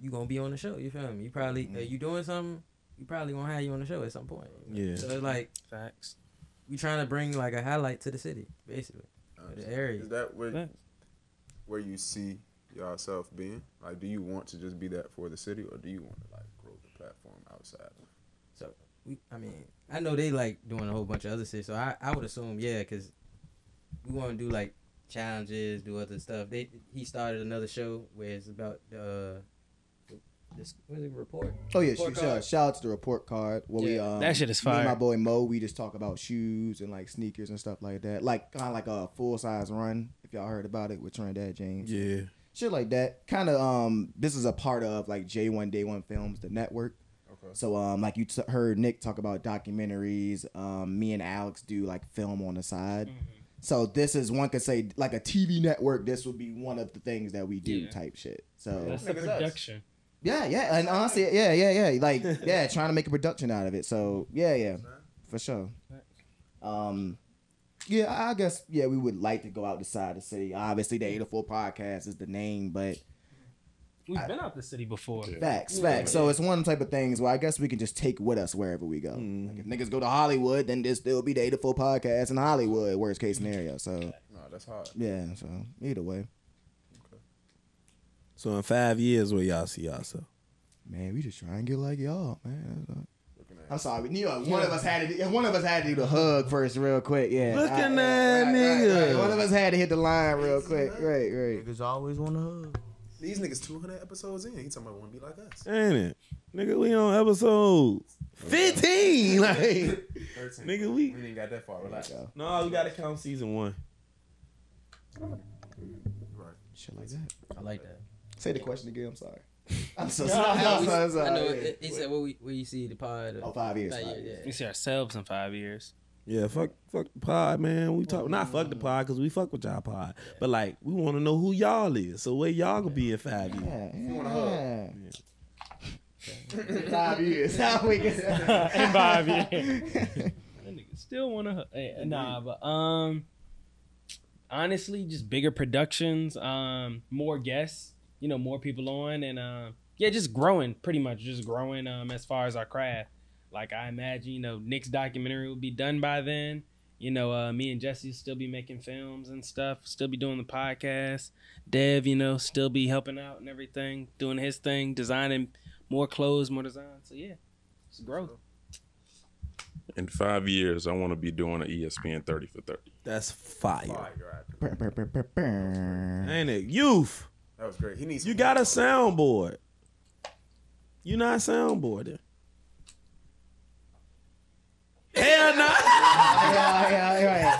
S7: you gonna be on the show, you feel me? You probably, uh, you doing something, you probably gonna have you on the show at some point. you know?
S1: Yeah.
S7: So it's like,
S9: facts.
S7: we trying to bring like a highlight to the city, basically. or The area.
S5: Is that where
S9: Facts.
S5: where you see yourself being? Like, do you want to just be that for the city, or do you want to like grow the platform outside?
S7: So we, I mean, I know they like doing a whole bunch of other shit. So I, I would assume, yeah, because we want to do like challenges, do other stuff. They he started another show where it's about the uh, this what is it report?
S11: Oh yeah,
S7: Report
S11: shoot, shout,
S7: card.
S11: shout out to the report card. Where we
S7: Yeah.
S11: um,
S9: That shit is
S11: Me and my
S9: fire.
S11: boy Mo, we just talk about shoes and like sneakers and stuff like that. Like kind of like a full size run. If y'all heard about it with Trinidad James,
S1: Yeah.
S11: shit like that. Kind of um, this is a part of like J One Day One Films, the network.
S5: Okay.
S11: So um, like you t- heard Nick talk about documentaries. Um, me and Alex do like film on the side.
S7: Mm-hmm.
S11: So this is one could say like a TV network. This would be one of the things that we do
S9: Yeah.
S11: type shit. So
S9: That's the
S5: Niggas us.
S9: production.
S11: yeah, yeah, and honestly, yeah, yeah, yeah, like yeah, trying to make a production out of it. So yeah, yeah, for sure. Um, yeah, I I guess yeah, we would like to go outside the city. Obviously, the 804 podcast is the name, but
S9: We've been out the city before.
S11: Facts, facts. So it's one of them type of things where I guess we can just take with us wherever we go. Like if niggas go to Hollywood, then there'll still be the 84 podcast in Hollywood, worst case scenario. So
S5: No, that's hard.
S11: yeah, so either way.
S1: So in five years, where y'all see y'allself?
S11: Man, we just try and get like y'all, man. That's all. I'm sorry, we knew uh, one of us had to. One of us had to do the hug first, real quick. Yeah,
S1: Looking
S11: I-
S1: at
S11: right, right, right.
S1: niggas.
S11: One of us had to hit the line real quick. Right, right.
S12: Niggas always want to hug.
S15: These niggas 200 episodes in. He talking about want to be like us.
S1: Ain't it? Nigga, we on episode 15. Like, nigga, we.
S5: We ain't got that far. Relax.
S1: No, we gotta count season one.
S11: Shit like that.
S7: I like that.
S11: Say the question again. I'm sorry. I'm so sorry. I'm so sorry.
S7: I know.
S11: Yeah.
S7: it- He said, "What we where you see the pod?" uh,
S11: Oh, five years, five
S7: yeah,
S11: years.
S9: We see ourselves in five years.
S1: Yeah, fuck, fuck the pod, man. We talk not fuck the pod because we fuck with y'all pod, but like we want to know who y'all is. So where y'all gonna be in five years?
S11: Yeah, yeah. Five years. How we get
S9: In five years. That nigga still want to. Hey, nah, but um, honestly, just bigger productions, um, more guests, you know, more people on, and um, yeah, just growing, pretty much, just growing. Um, as far as our craft, like I imagine, you know, Nick's documentary will be done by then. You know, uh, me and Jesse will still be making films and stuff, still be doing the podcast. Dev, you know, still be helping out and everything, doing his thing, designing more clothes, more design. So yeah, it's growth.
S8: In five years, I want to be doing E an ESPN 30 for 30.
S1: That's fire,
S11: there?
S1: ain't it? Youth,
S5: That was great. He needs.
S1: you got a soundboard. You not soundboarding. Hell no.
S11: yeah, yeah,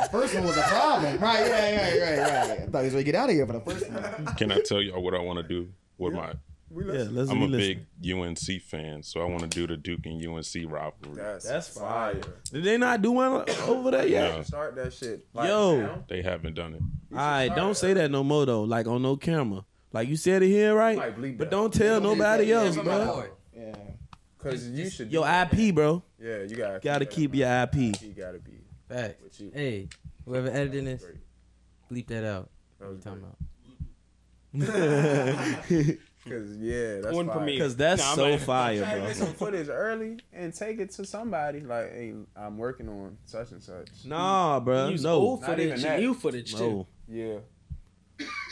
S11: right. First one was a problem. Right, yeah, yeah, right, right. I thought he was gonna get out of here for the first one.
S8: Can I tell y'all what I want to do with my?
S1: Yeah, let's
S8: I'm
S1: be
S8: a
S1: listening.
S8: big UNC fan, so I want to do the Duke and UNC rivalry.
S5: That's,
S1: That's
S5: fire.
S1: Did they not do one over there yet?
S8: No,
S5: Start that shit.
S1: Yo.
S5: now.
S8: they haven't done it.
S1: All right, don't say that no more though. Like on no camera. Like you said it here, right?
S5: might bleep
S1: But
S5: that.
S1: don't tell nobody else,
S7: I'm on
S1: bro.
S7: board.
S11: Yeah.
S5: Cause you should.
S1: Your
S5: do-
S1: IP, bro.
S5: Yeah, you
S1: Gotta
S5: gotta. that in
S1: keep
S5: mind.
S1: your IP.
S5: You gotta be.
S7: Facts.
S5: With you.
S7: Hey, whoever edited this,
S5: Great.
S7: bleep that out.
S5: That
S7: What you
S5: was
S7: talking
S5: great.
S7: about?
S5: Cause yeah, that's
S9: One
S5: fire.
S9: premiere.
S1: Cause that's
S9: Nah, I'm
S1: so
S9: like-
S1: fire,
S5: Take
S1: bro.
S5: some footage early and take it to somebody. Like, hey, I'm working on such and such.
S1: Nah, bro.
S9: Use
S1: No.
S9: old
S5: Not even
S9: footage
S5: that.
S9: and new footage too.
S1: No.
S5: Yeah.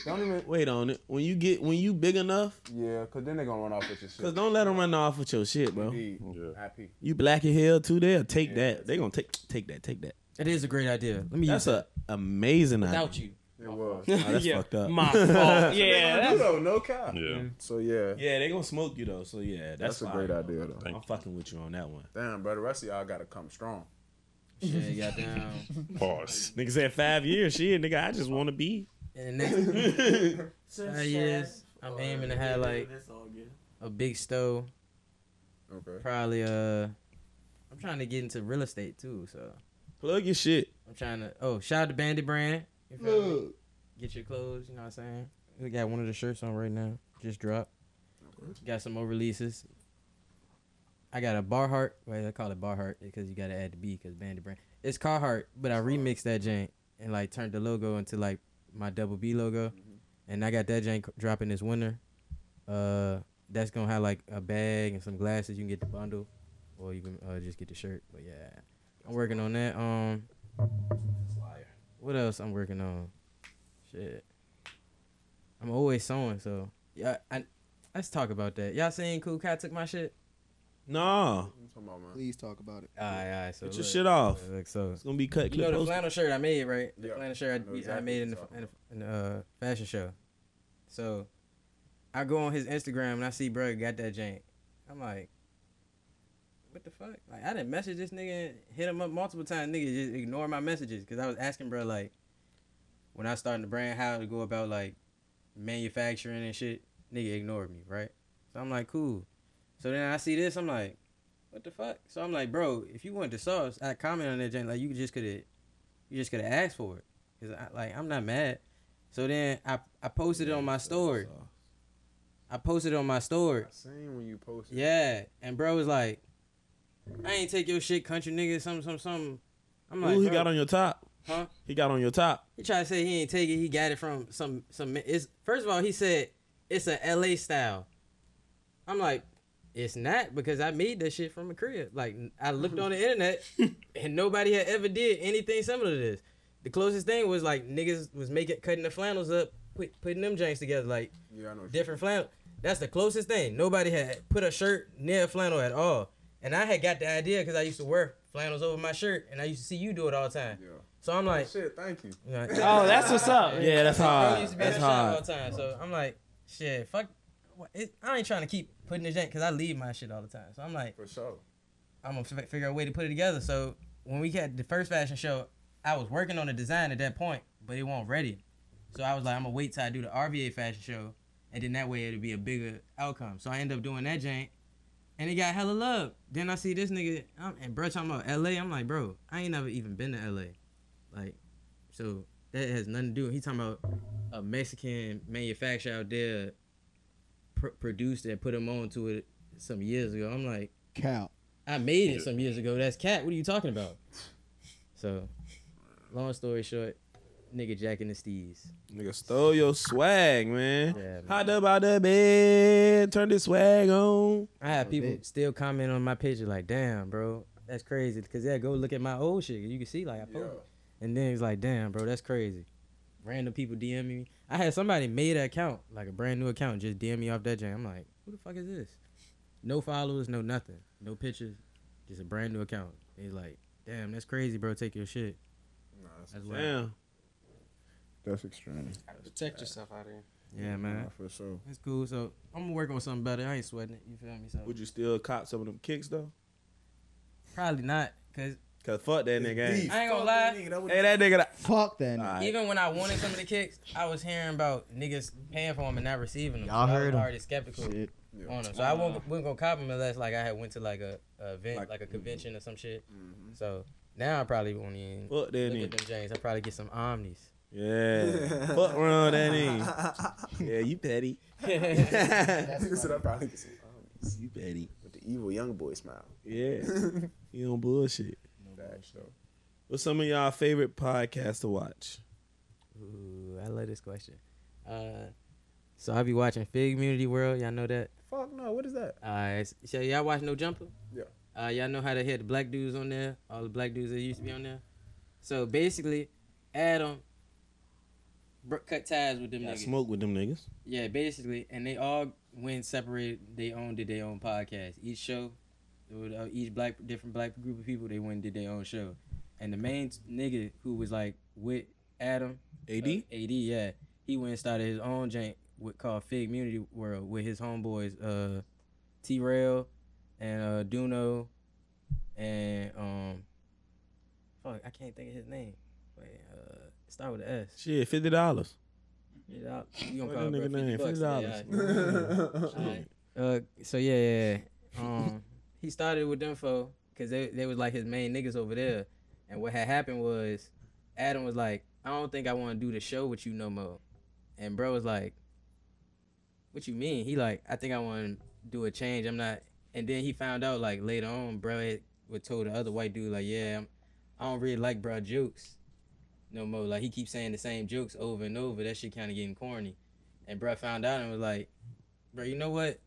S5: Don't even.
S1: Wait on it. When you get when you big enough,
S5: Yeah, cause then they're gonna run off with your shit.
S1: cause don't let them run off with your shit, bro.
S5: Indeed.
S8: Yeah.
S5: IP.
S1: You black and hell too. They'll take
S5: Yeah.
S1: that. They gonna take take that. Take that.
S7: It is a great idea. Let me
S1: That's
S7: use that
S1: a amazing idea.
S7: without you.
S5: It was.
S1: Nah, that's
S9: Yeah,
S1: fucked up.
S9: My fault. yeah.
S5: You
S9: that's-
S5: know, no cap.
S8: Yeah.
S5: So yeah,
S1: Yeah, they gonna smoke you though. So yeah, that's,
S5: that's, a great
S1: fire.
S5: idea though.
S8: Thank
S1: I'm fucking with you on that one.
S5: Damn, brother, rest of y'all gotta come strong.
S7: Shit, goddamn.
S11: Mm.
S8: Pause.
S1: Nigga said five years. Shit, nigga, I just want to be.
S7: In the next five years, I'm aiming to have like a big stove.
S5: Okay.
S7: Probably uh, I'm trying to get into real estate too. So
S1: Plug your shit.
S7: I'm trying to. Oh, shout out to Bandit Brand. You feel me? Get your clothes. You know what I'm saying. We got one of the shirts on right now. Just dropped. Got some more releases. I got a bar heart. Wait, I call it bar heart because you gotta add the B because Bandit Brand. It's Carhartt, but I remixed that jank and like turned the logo into like my double B logo, and I got that jank dropping this winter. Uh, that's gonna have like a bag and some glasses. You can get the bundle, or you can uh, just get the shirt. But yeah, I'm working on that. Um, what else I'm working on? Shit, I'm always sewing. So yeah, I let's talk about that. Y'all seen Cool Cat took my shit?
S1: Nah,
S5: What you talking about, man?
S11: Please talk about it.
S7: All
S1: Uh,
S7: right, all right. So
S1: Get your
S7: look,
S1: shit off.
S7: Look, so
S1: it's gonna be cut.
S7: you know
S1: clip
S7: the
S1: post.
S7: flannel shirt I made, right? The
S5: Yeah,
S7: flannel shirt
S5: I
S7: I,
S5: know
S7: we- I
S5: exactly
S7: made in the,
S5: what you're
S7: in the, in the uh, fashion show. So I go on his Instagram and I see bro got that jank. I'm like, what the fuck? Like I didn't message this nigga, and hit him up multiple times. Nigga just ignore my messages because I was asking bro like, when I started the brand, how to go about like manufacturing and shit. Nigga ignored me, right? So I'm like, cool. So then I see this, I'm like, what the fuck? So I'm like, bro, if you want the sauce, I comment on that jank. Like you just could have you just could have asked for it. Cause I, like I'm not mad. So then I I posted it on my story. I posted it on my story.
S5: I seen when you posted.
S7: Yeah, and bro was like, I ain't take your shit, country nigga. Something, something, something. I'm like,
S1: Ooh, he
S7: bro,
S1: got on your top.
S7: huh?
S1: He got on your top.
S7: He tried to say he ain't take it. He got it from some some. It's, first of all, he said it's a LA style. I'm like, it's not because I made this shit from a crib. Like I looked on the internet and nobody had ever did anything similar to this. The closest thing was like niggas was making cutting the flannels up, put, putting them joints together like
S5: Yeah, I know.
S7: different flannel. That's the closest thing. Nobody had put a shirt near a flannel at all. And I had got the idea because I used to wear flannels over my shirt, and I used to see you do it all the time. So I'm like,
S5: shit, thank you.
S9: Oh, that's what's up.
S1: Yeah, that's hard.
S7: I used to be at
S1: That's
S7: the shop
S1: hard.
S7: all the time, so I'm like, shit, fuck. what- It, I ain't trying to keep putting this in because I leave my shit all the time. So I'm like,
S5: for sure,
S7: I'm gonna fi- figure out a way to put it together. So when we had the first fashion show, I was working on the design at that point, but it wasn't ready. So I was like, I'm gonna wait till I do the RVA fashion show, and then that way it'll be a bigger outcome. So I end up doing that jank, and it got hella love. Then I see this nigga, I'm, and bro, talking about LA, I'm like, bro, I ain't never even been to LA, like, so that has nothing to do. He talking about a Mexican manufacturer out there pr- produced and put him on to it some years ago. I'm like,
S11: Cal.
S7: I made it some years ago. That's cat. What are you talking about? So, long story short, nigga Jack and the Steez.
S1: Nigga stole your swag, man.
S7: man.
S1: Hot up out the bed, turn this swag on.
S7: I had people still comment on my picture like, "Damn, bro, that's crazy." Because yeah, go look at my old shit. You can see like I posted, and then it's like, "Damn, bro, that's crazy." Random people DM me. I had somebody made an account, like a brand new account, just DM me off that jam. I'm like, "Who the fuck is this?" No followers, no nothing, no pictures, just a brand new account. They like, "Damn, that's crazy, bro. Take your shit."
S15: Nah, that's
S7: That's wild.
S1: Damn.
S5: that's extreme.
S15: Protect yourself out here.
S7: Yeah, man.
S5: Nah, for sure.
S7: It's cool. So I'm gonna work on something better. I ain't sweating it. You feel me? So
S1: Would you still cop some of them kicks though?
S7: probably not, cause
S1: Cause fuck that nigga. ain't-
S7: I ain't gonna lie.
S1: Hey, that nigga. that-
S11: Fuck that.
S1: All right.
S7: Even when I wanted some of the kicks, I was hearing about niggas paying for them and not receiving them.
S11: Y'all
S7: so I was
S11: heard 'em.
S7: already skeptical
S11: Shit.
S7: on them. So I won't, wouldn't go cop them unless like I had went to like a, a event, like, a convention or some shit. So now I probably won't even
S1: Fuck that
S7: look at
S1: nigga.
S7: them James. I probably get some Omnis.
S1: Yeah. fuck around that nigga. Yeah, you petty.
S15: Nigga said I probably get some Omis
S1: you petty.
S15: with the evil young boy smile.
S1: Yeah. you don't bullshit.
S15: Facts, though.
S1: What's some of y'all favorite podcasts to watch?
S7: Ooh, I love this question. Uh, so I be watching Fig Community World. Y'all know that.
S15: Fuck no, what is that?
S7: Uh, so y'all watch No Jumper?
S15: Yeah.
S7: Uh, y'all know how to hit the black dudes on there, all the black dudes that used to be on there. So basically, Adam br- cut ties with them
S1: I
S7: niggas.
S1: smoke with them niggas.
S7: Yeah, basically, and they all went separated. They own did their own podcast. Each show, with, uh, each black different black group of people, they went and did their own show. And the main t- nigga who was like with Adam,
S1: AD?
S7: uh, AD, yeah, he went and started his own jank with called Fig Community World with his homeboys, uh, T Rail, and uh, Duno, and um, fuck, I can't think of his name. Wait, uh, start with a S.
S1: Shit, fifty dollars.
S7: Yeah, you
S1: What
S7: gonna
S1: that
S7: call
S1: nigga
S7: it
S1: name?
S7: fifty
S1: Fifty dollars.
S7: dollars? Uh, so yeah, yeah, yeah. Um, he started with them for because they they was like his main niggas over there, and what had happened was Adam was like, I don't think I want to do the show with you no more, and bro was like, What you mean? He like, I think I want to do a change. I'm not. And then he found out like later on, bro had was told the other white dude like, Yeah, I'm, I don't really like bro jokes no more. Like he keeps saying the same jokes over and over. That shit kind of getting corny, and bro found out and was like, Bro, you know what?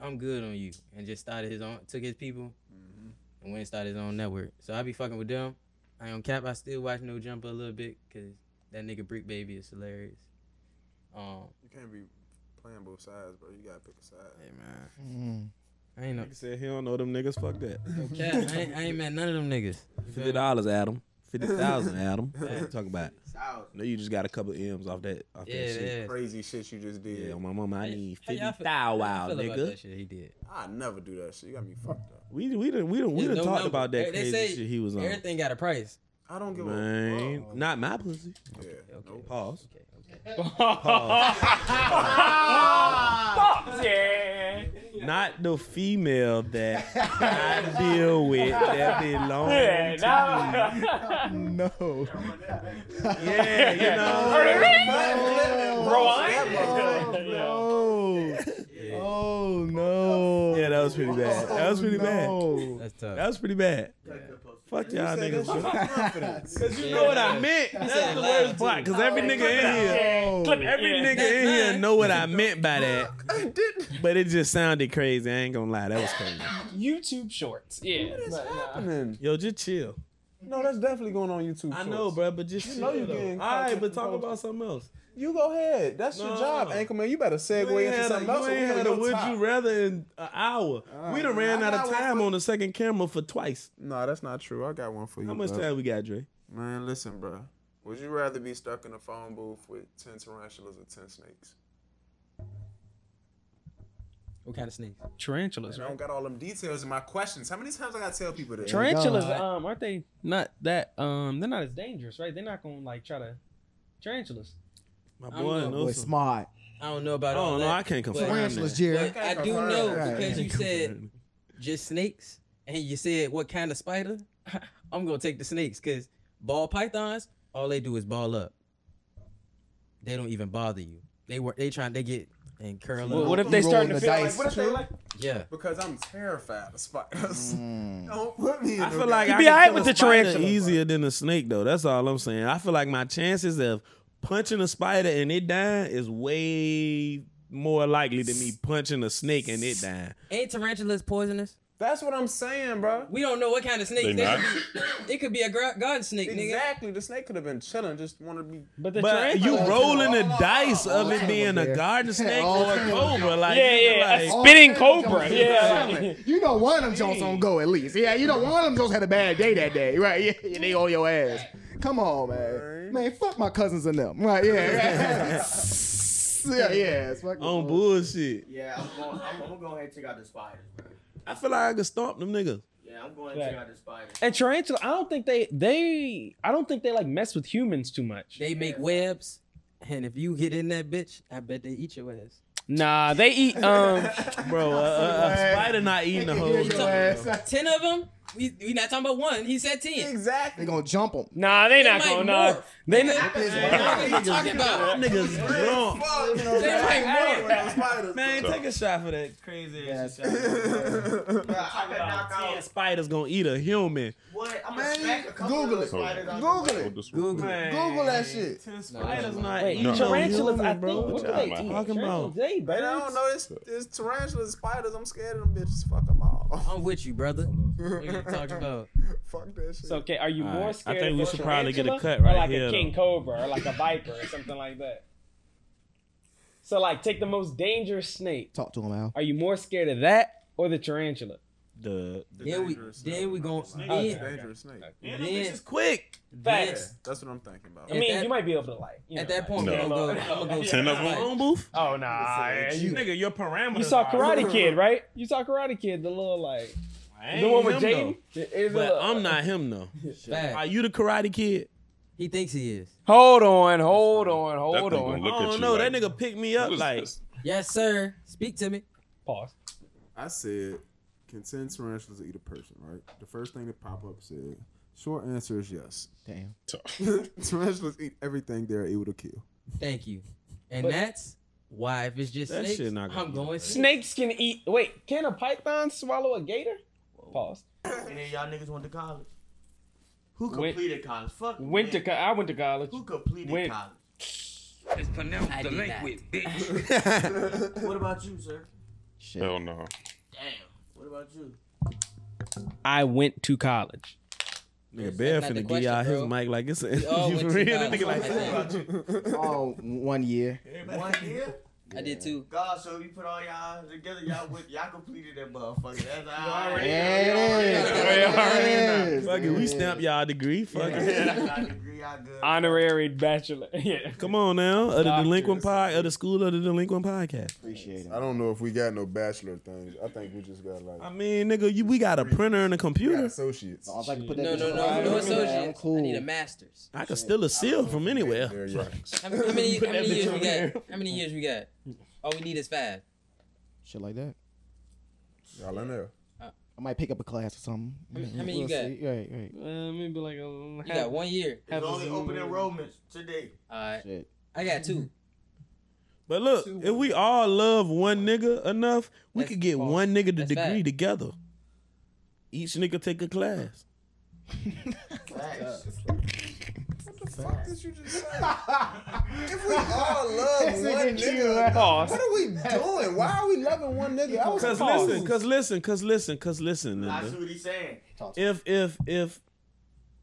S7: I'm good on you, and just started his own, took his people, and went and started his own network. So I be fucking with them. I don't cap. I still watch No Jumper a little bit because that nigga Brick Baby is hilarious. Um,
S15: You can't be playing both sides, bro. You gotta pick a side.
S7: hey man, I ain't no
S1: Nigga said he don't know them niggas. Fuck that.
S7: cap. I ain't, I ain't met none of them niggas.
S1: Fifty dollars, Adam. Fifty thousand, Adam. Talk about.
S12: South.
S1: No, you just got a couple M's off that. Off
S7: Yeah,
S1: that shit.
S7: yeah.
S15: Crazy shit you just did.
S1: Yeah, my mama, I need
S7: How
S1: fifty
S7: y'all feel-
S1: thou
S7: how
S1: wow,
S7: y'all feel about
S1: nigga.
S7: that shit he did.
S15: I never do that shit. You got me fucked up.
S1: We we done we done we
S7: There's
S1: done
S7: no
S1: talked
S7: number.
S1: about that
S7: They- they
S1: crazy
S7: say
S1: shit he was on.
S7: Everything got a price.
S15: I don't give
S1: Man,
S15: a fuck.
S1: not my pussy.
S15: Yeah, nope.
S1: Pause.
S7: Okay, okay.
S9: yeah.
S1: Not the female that I deal with that belongs.
S9: Yeah,
S1: to-
S9: Ah, nah.
S11: No.
S1: Yeah, you know.
S9: Bro, I ain't-
S11: No. Oh no.
S1: Yeah, that was pretty bad. That was pretty bad.
S11: Oh, No.
S7: That's tough.
S1: That was pretty bad. Fuck Fuck y'all
S15: said
S1: niggas.
S15: this with confidence.
S1: Because you know what I meant.
S15: You
S1: That's
S15: said
S1: the
S15: loud,
S1: worst part. Because
S15: too.
S1: every
S15: Oh,
S1: nigga
S15: clip it
S1: in
S15: out.
S1: here,
S15: Yeah.
S1: clip
S15: Clip it.
S1: every
S15: Yeah.
S1: nigga in here know what I meant by that. But it just sounded crazy. I ain't gonna lie, that was crazy.
S9: YouTube Shorts. Yeah. but, nah.
S1: Yo, just chill.
S5: No, that's definitely going on YouTube.
S1: I know, bro, but just
S5: you know
S1: chill,
S5: you
S1: though.
S5: getting.
S1: All right,
S5: content
S1: but
S5: from
S1: talk
S5: culture.
S1: about something else.
S5: You go ahead. That's
S1: No.
S5: your job, Anchorman. You better segue
S1: You ain't
S5: into
S1: had
S5: something
S1: a,
S5: else.
S1: You ain't had a would you rather in an hour. we done ran out of time on the second camera for twice.
S5: No, that's not true. I got one for you.
S1: How much
S5: bro.
S1: time we got, Dre?
S5: Man, listen, bro. Would you rather be stuck in a phone booth with ten tarantulas or ten snakes?
S7: What kind of snake?
S9: Tarantulas,
S5: I don't
S9: right?
S5: got all them details in my questions. How many times I gotta tell people that?
S9: Tarantulas, um, aren't they not that um they're not as dangerous, right? They're not gonna like try to tarantulas.
S1: My
S7: I don't know,
S1: knows
S7: boy,
S1: some-
S11: smart.
S7: I don't know about
S1: I
S7: all
S1: don't know,
S7: that,
S1: I can't
S7: but-
S1: confirm Tarantulas, that. Jerry.
S7: but I do
S1: Confirm
S7: know
S1: that.
S7: because
S1: Right.
S7: you said just snakes, and you said what kind of spider? I'm gonna take the snakes because ball pythons, all they do is ball up. They don't even bother you. They work. They trying. They get and curl
S9: Well,
S7: up.
S9: what if they starting to feel like- what if they
S5: like?
S7: Yeah.
S5: Because I'm terrified of spiders.
S7: Mm.
S5: Don't put me. In
S1: I
S5: no
S1: feel like
S5: goddamn-
S1: I
S9: be
S1: can
S9: alright
S1: kill
S9: with
S1: a
S9: the
S1: spider
S9: tarantula.
S1: easier than a snake, though. That's all I'm saying. I feel like my chances of punching a spider and it dying is way more likely than me punching a snake and it dying.
S7: Ain't tarantulas poisonous?
S5: That's what I'm saying, bro.
S7: We don't know what kind of snake.
S1: They
S7: They
S1: not.
S7: could be, it could be a gra- garden snake, nigga.
S5: Exactly. The snake could have been chilling, just wanted to be.
S9: But
S1: But you rolling the dice of it being a garden snake or a cobra, like nigga, like-
S11: Oh, you know one of them Jones don't go at least. Yeah, you know one of them Jones had a bad day that day, right? Yeah, yeah, they on your ass. Come on, man. Man, fuck my cousins and them, right? Yeah, yeah, yeah. it's fucking
S1: on bullshit.
S12: Yeah, I'm going. I'm, I'm going to go ahead and take out the spiders. bro.
S1: I feel like I could stomp them niggas.
S12: Yeah, I'm going to take out the spiders.
S9: And tarantula, I don't think they they I don't think they like mess with humans too much.
S7: They make webs, and if you get in that bitch, I bet they eat your ass.
S9: Nah, they eat um
S1: bro. Uh, uh,
S7: Right.
S1: spider not eating the whole.
S7: You talk- ten of them. We, we not talking about one. He said ten.
S5: Exactly.
S11: They gonna jump them.
S9: Nah, they not
S7: might
S9: gonna. Nah,
S7: morph.
S9: they
S7: What are you
S9: not.
S7: talking about?
S1: Niggas drunk.
S7: They might morph.
S1: Man, take a shot for that crazy ass shot. Ten spiders gonna eat a human.
S12: What? I'm going to smack a couple
S11: Google
S12: of the
S11: it.
S12: spiders out
S11: Google it.
S8: Google
S11: Google that shit.
S1: Spiders not
S9: Wait,
S1: eating no
S9: tarantulas, I
S1: human,
S9: think,
S1: bro.
S9: what
S1: What
S9: do
S1: y'all
S9: they eat?
S1: talking about?
S9: They eat
S5: Man, I
S9: birds.
S5: don't know. It's, it's tarantulas and spiders. I'm scared of them bitches. Fuck them all.
S7: I'm with you, brother. What are you talking about?
S5: Fuck that shit.
S9: So, okay, are you
S1: All
S9: more
S1: right, I
S9: scared?
S1: think
S9: of
S1: we
S9: a
S1: should probably get a
S9: tarantula
S1: cut right
S9: or like
S1: here,
S9: a king cobra or like a viper or something like that. So, like, take the most dangerous snake.
S11: Talk to him, Al.
S9: Are you more scared of that or the tarantula?
S1: The
S7: Then we then we gon'
S5: It's
S7: then,
S5: a dangerous snake.
S1: Damn,
S7: Yeah.
S1: this is quick.
S7: then,
S9: Facts.
S5: That's what I'm thinking about.
S9: I mean,
S7: that-
S9: you might be able to like. you
S7: at
S9: know,
S7: that point
S8: No.
S7: I'm gonna go. I'm gonna go.
S8: Ten of 'em?
S7: like,
S1: Phone booth,
S9: Oh nah, you,
S1: nigga. Your parameters.
S9: you saw
S1: are-
S9: Karate Kid, right? You saw Karate Kid, the little like
S1: I ain't
S9: the one with
S1: him,
S9: Jaden.
S1: though. But I'm not him though.
S7: Facts.
S1: Are you the Karate Kid?
S7: He thinks he is.
S9: Hold on, hold on, hold
S8: That thing
S9: on.
S8: gonna Look
S1: I
S8: at
S1: don't
S8: you
S1: know.
S8: like-
S1: that nigga picked me up
S8: What is
S1: like.
S8: this?
S7: Yes, sir. Speak to me.
S9: Pause.
S5: I said, can 10 tarantulas eat a person, right? The first thing that pop up said, short answer is yes.
S11: Damn.
S5: tarantulas eat everything they're able to kill.
S7: Thank you. And
S9: But-
S7: that's why if it's just
S1: That
S7: snakes,
S1: shit not gonna
S7: I'm
S1: be
S7: going snake.
S9: Snakes can eat. Wait, can a python swallow a gator? Pause.
S12: And then y'all niggas went to college. Who
S9: Went-
S12: completed college? Fuck.
S9: Went to
S12: man.
S9: co- I went to college.
S12: Who completed
S9: went-
S12: college?
S16: It's pronounced
S7: I did
S16: delinquent, bitch.
S12: What about you, sir?
S8: Hell no.
S12: Damn. What about you?
S9: I went to college.
S1: Nigga,
S7: That's
S1: Bear
S7: not the
S1: finna give
S7: question,
S1: y'all his
S7: bro.
S1: mic like it's an
S7: all
S1: interview
S7: went
S1: for
S7: to
S1: real. That
S7: college.
S1: nigga like,
S7: What about
S11: Oh, one year.
S12: One year?
S7: I did too.
S12: God, so we put all y'all together, y'all with y'all completed that motherfucker. That's all right.
S1: fuck it, we stamp y'all degree. Fuck it.
S12: I agree, I good.
S9: Honorary bachelor. Yeah.
S1: Come on now, of the
S9: Doctors.
S1: delinquent pod, of the school of the delinquent podcast.
S11: Appreciate it.
S5: I don't know if we got no bachelor things. I think we just got like
S1: I mean, nigga, you, we got a printer and a computer.
S5: associates.
S11: If I can put that
S7: No,
S11: bitch
S7: no,
S11: on
S7: no,
S11: fire,
S7: no
S11: I'm
S7: associate. I need a
S11: Cool.
S7: master's.
S1: I could still a seal from anywhere.
S5: There you go.
S7: How many, how many, how many
S1: bitch
S7: years
S1: on
S7: we
S1: there.
S7: got? How many years we got? All we need is five.
S11: Shit like that.
S5: Y'all in there.
S11: I might pick up a class or something.
S7: How many- how many
S11: We'll
S7: you got?
S11: see. Right, right.
S9: Uh, maybe like a.
S7: You got one year.
S12: It's only open enrollments today.
S7: All right.
S11: Shit.
S7: Uh, I got two.
S1: But look, if we all love one nigga enough, we
S7: That's
S1: could get
S7: false.
S1: one nigga the
S7: That's
S1: degree
S7: fact.
S1: together. Each nigga take a class.
S5: What the fuck did you just say? if we all love
S1: This nigga
S5: one
S1: chill
S5: nigga,
S1: out.
S5: what are we doing? Why are we loving one nigga? I was
S1: Cause
S5: confused.
S1: listen, cause listen, cause listen, cause listen.
S5: I
S1: Linda.
S5: see what he's saying. Talk to
S1: If if if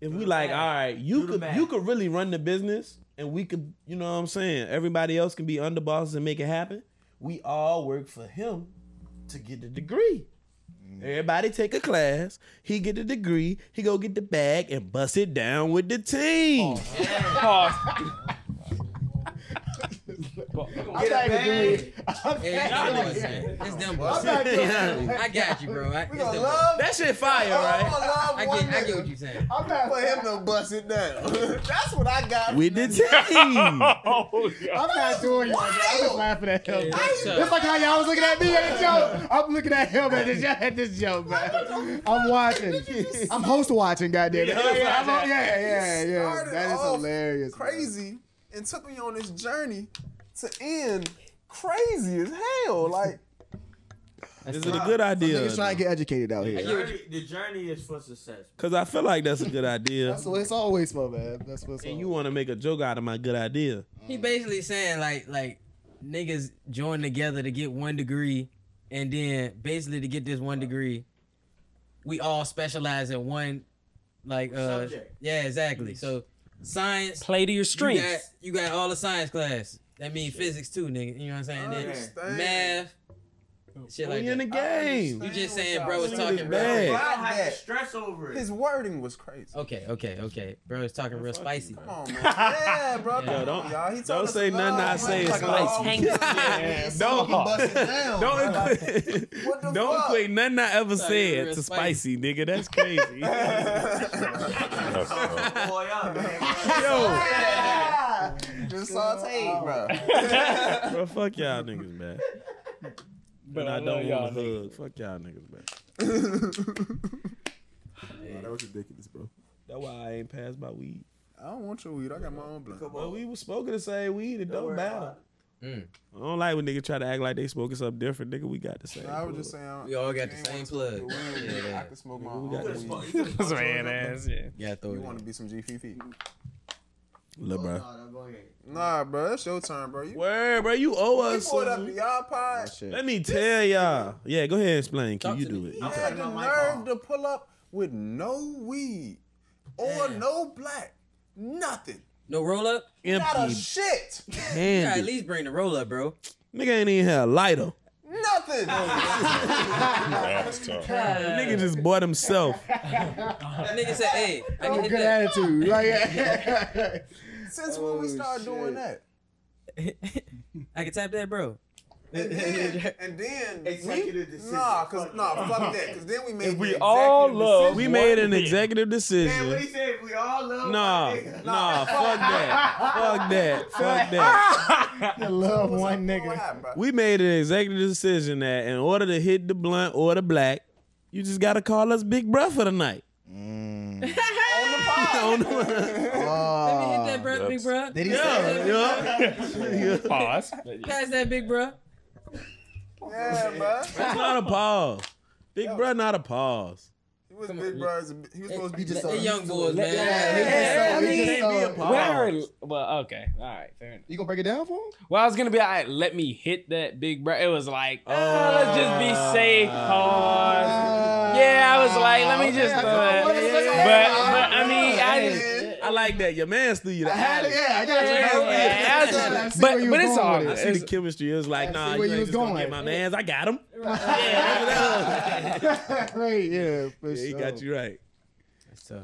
S1: if we like, all right, you could you could really run the business, and we could, you know what I'm saying. Everybody else can be underbosses and make it happen. We all work for him to get the degree.
S5: Mm.
S1: Everybody take a class. He get the degree. He go get the bag and bust it down with the team.
S7: Get
S17: not
S7: a
S17: even
S7: bag.
S17: doing it. I'm
S7: Yeah,
S17: not
S7: y'all
S17: doing
S7: niggas,
S17: it.
S7: It's them
S17: I'm
S7: boys.
S17: not doing it.
S7: I got you, bro. I, it's
S17: We gonna
S7: them
S17: love-
S7: boys.
S17: That shit fire,
S5: Oh,
S17: right?
S5: love
S7: I
S5: one
S7: get, I get
S5: nigga.
S7: what you're saying.
S17: I'm not
S5: for him to bust it down. That's what I got.
S1: With the
S9: Oh,
S1: team.
S11: I'm not doing you. I was laughing at him.
S5: that's
S11: It's like how y'all was looking at me at the joke. I'm looking at him at this, at this joke, man. I'm watching. I'm host watching, goddamn. Yeah, yeah, I'm on- yeah, yeah,
S5: You
S11: yeah.
S5: started
S11: That is
S5: off
S11: hilarious.
S5: Crazy, and took me on this journey to end crazy as hell. Like,
S1: Is it a good idea?
S17: Niggas trying to get educated out
S18: The
S17: here.
S18: journey, the journey is for success.
S1: Cause I feel like that's a good idea.
S17: That's what it's always for, man. That's what's
S1: and you want to make a joke out of my good idea.
S7: He basically saying like like niggas join together to get one degree, and then basically to get this one degree, we all specialize in one like uh
S18: Subject.
S7: yeah exactly. So science
S9: Play to your strengths.
S7: You got, you got all the science class. That means physics too, nigga. You know what I'm saying?
S5: I
S7: Then
S5: understand.
S7: math. Shit like
S1: We in the
S7: that.
S1: game.
S7: You just saying bro was
S1: Niggas
S7: talking
S1: bad.
S7: real.
S18: I have to stress over it.
S5: his wording was crazy.
S7: Okay, okay, okay. Bro was talking real spicy.
S5: Come on, man. Yeah, bro.
S7: Yeah.
S5: come
S7: Yo,
S5: on,
S7: don't-
S5: y'all. He told
S1: Don't
S5: us
S1: say
S5: to
S1: nothing I
S5: love
S1: say is
S5: one nigga.
S1: spicy.
S5: Yeah,
S1: Don't,
S5: so we bust it down, bro.
S1: don't,
S5: Like,
S1: equate,
S5: what the
S1: don't
S5: fuck?
S1: equate nothing I ever
S7: Sorry,
S1: said
S7: real
S1: to
S7: spicy.
S1: spicy, nigga. That's crazy.
S18: Boy, up, man.
S1: Yo,
S5: Yeah. Just sauteed, bro.
S1: bro, fuck y'all niggas, man. But I
S9: love
S1: don't
S9: y'all
S1: want to hug. Fuck y'all niggas, man.
S4: Wow, that was ridiculous, bro.
S1: That's why I ain't passed my weed.
S5: I don't want your weed. I got my own blunt.
S1: But we was smoking the same weed. It don't,
S18: worry
S1: matter.
S18: about
S7: Mm.
S1: I don't like when niggas try to act like they smoking something different, nigga. We got the same.
S5: I was
S1: plug.
S5: just saying.
S7: We all got
S5: you
S7: the
S5: ain't
S7: same
S5: want
S7: plug.
S5: to smoke your weed,
S7: Yeah,
S5: I
S7: yeah.
S5: can smoke my
S1: We got
S5: own
S1: the
S5: weed.
S18: Fuck, you just
S9: That's
S18: fuck
S9: red
S18: yours up.
S9: ass. Yeah.
S7: Yeah, throw
S5: You
S7: it.
S5: want
S7: in.
S5: to be some G Fifi?
S1: Look, bro.
S18: Oh, no, go ahead.
S5: Nah, bro. It's your turn, bro. You,
S1: Word, bro. You owe
S5: you
S1: us.
S5: pulled up
S1: some-
S5: to y'all pod.
S1: Let me tell y'all. Yeah, go ahead and explain. Can
S7: Talk
S1: you
S7: to
S1: do
S7: me.
S1: it?
S5: He
S18: I'm
S5: had
S18: turning
S5: the
S18: my mic
S5: nerve
S18: off.
S5: to pull up with no weed or
S7: Damn.
S5: no black, nothing,
S7: No roll up?
S5: not a
S1: Empty
S5: shit,
S7: You gotta at
S1: handed.
S7: least bring the roll up, bro.
S1: Nigga ain't even had a lighter.
S5: nothing.
S19: That's tough.
S1: Nigga just bought himself.
S7: That nigga said, hey, I
S11: Oh,
S7: can
S11: good
S7: hit that.
S11: attitude. Like, yeah.
S5: Since when we
S11: Oh,
S5: started doing
S11: shit.
S5: that?
S7: I can tap that, bro.
S5: And then, and then
S18: Executive
S5: we,
S18: decision.
S5: nah, cause nah, fuck that, cause then we made.
S9: If we
S5: the
S9: all
S5: executive
S9: love-
S5: decision.
S1: We
S9: One
S1: made an
S9: bit.
S1: executive
S18: Man, what
S1: decision.
S18: he said, we all love
S1: Nah,
S18: one nigga.
S1: nah, fuck that. Fuck that. Fuck that.
S11: I love
S5: What's
S11: one
S5: up, what
S11: nigga.
S5: happened, bro?
S1: We made an executive decision that in order to hit the blunt or the black, you just gotta call us Big Bruh for the night. On the
S7: Let me hit that, bro, big bro.
S17: Did he
S1: Yeah,
S17: say that?
S1: yeah.
S9: Pause.
S7: Pass that, big bro.
S5: yeah, bro.
S1: It's not a pause. Big Bruh, not a pause.
S5: He was
S7: Come
S5: big
S7: on.
S5: bro. He was supposed to be
S17: He just
S5: just.
S17: saw-
S7: They young boys, man.
S11: Yeah,
S1: I
S11: he
S1: mean,
S11: just
S1: it
S11: saw
S1: be a
S11: it.
S1: pause.
S9: Where? Well, okay. All right. Fair enough.
S11: You gonna break it down for him?
S9: Well, I was gonna be like, let me hit that big bro. It was like, ah, let's just be safe. Pause. Uh, yeah, I was like, let me
S11: okay,
S9: just.
S11: I
S9: do
S11: feel
S9: it.
S11: what it's
S9: but,
S11: like.
S9: but I mean, I just.
S1: I like that. Your man threw you the
S11: I had it.
S1: alley.
S11: Yeah, I got you.
S9: Yeah,
S11: bro.
S9: yeah, I
S11: I
S9: just-
S11: see
S9: but-
S11: where you
S9: but
S11: was
S9: it's
S11: going
S9: all
S11: with
S1: I
S11: it.
S9: good.
S1: see the chemistry. It was like,
S11: see
S1: nah,
S11: where
S1: you
S11: you
S1: ain't
S11: was
S1: just gonna
S11: going.
S1: get my man's. I got him.
S11: right, yeah, for
S1: Yeah, he
S11: sure.
S1: got you right.
S7: That's tough.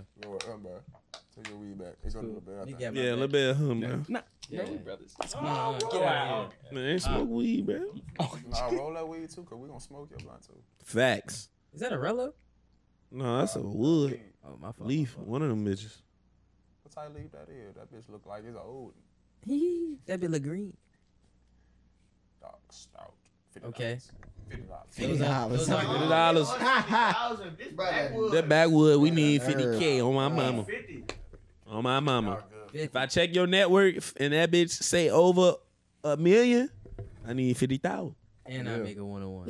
S5: Take your weed back. It's gonna be a bit.
S7: You
S5: I
S7: got
S5: think.
S7: my
S1: Yeah, a little
S7: back.
S1: bit of him, bro.
S9: Nah,
S7: Yeah.
S9: bro, we brothers.
S7: Come on, get out of
S1: Man, they smoke weed, bro.
S5: Nah, roll that weed too, cause we gonna smoke your blunt too.
S1: Facts.
S7: here. Is that a rello?
S1: No, that's a wood
S7: Oh, my fault.
S1: leaf. One of them bitches.
S5: What type leaf that is? That bitch look like it's an old
S7: that be look green.
S5: dog stout. $50.
S7: Okay.
S5: Fifty dollars.
S7: Those
S17: Yeah, I
S7: are-
S17: was
S7: those
S11: Oh,
S7: are-
S1: Fifty dollars.
S18: $50,000. This backwood.
S1: That backwood, we need 50k on my mama.
S18: 50.
S1: On my mama. If
S7: Fifty.
S1: I check your network and that bitch say over a million, I need fifty thousand.
S7: And I make a one on one.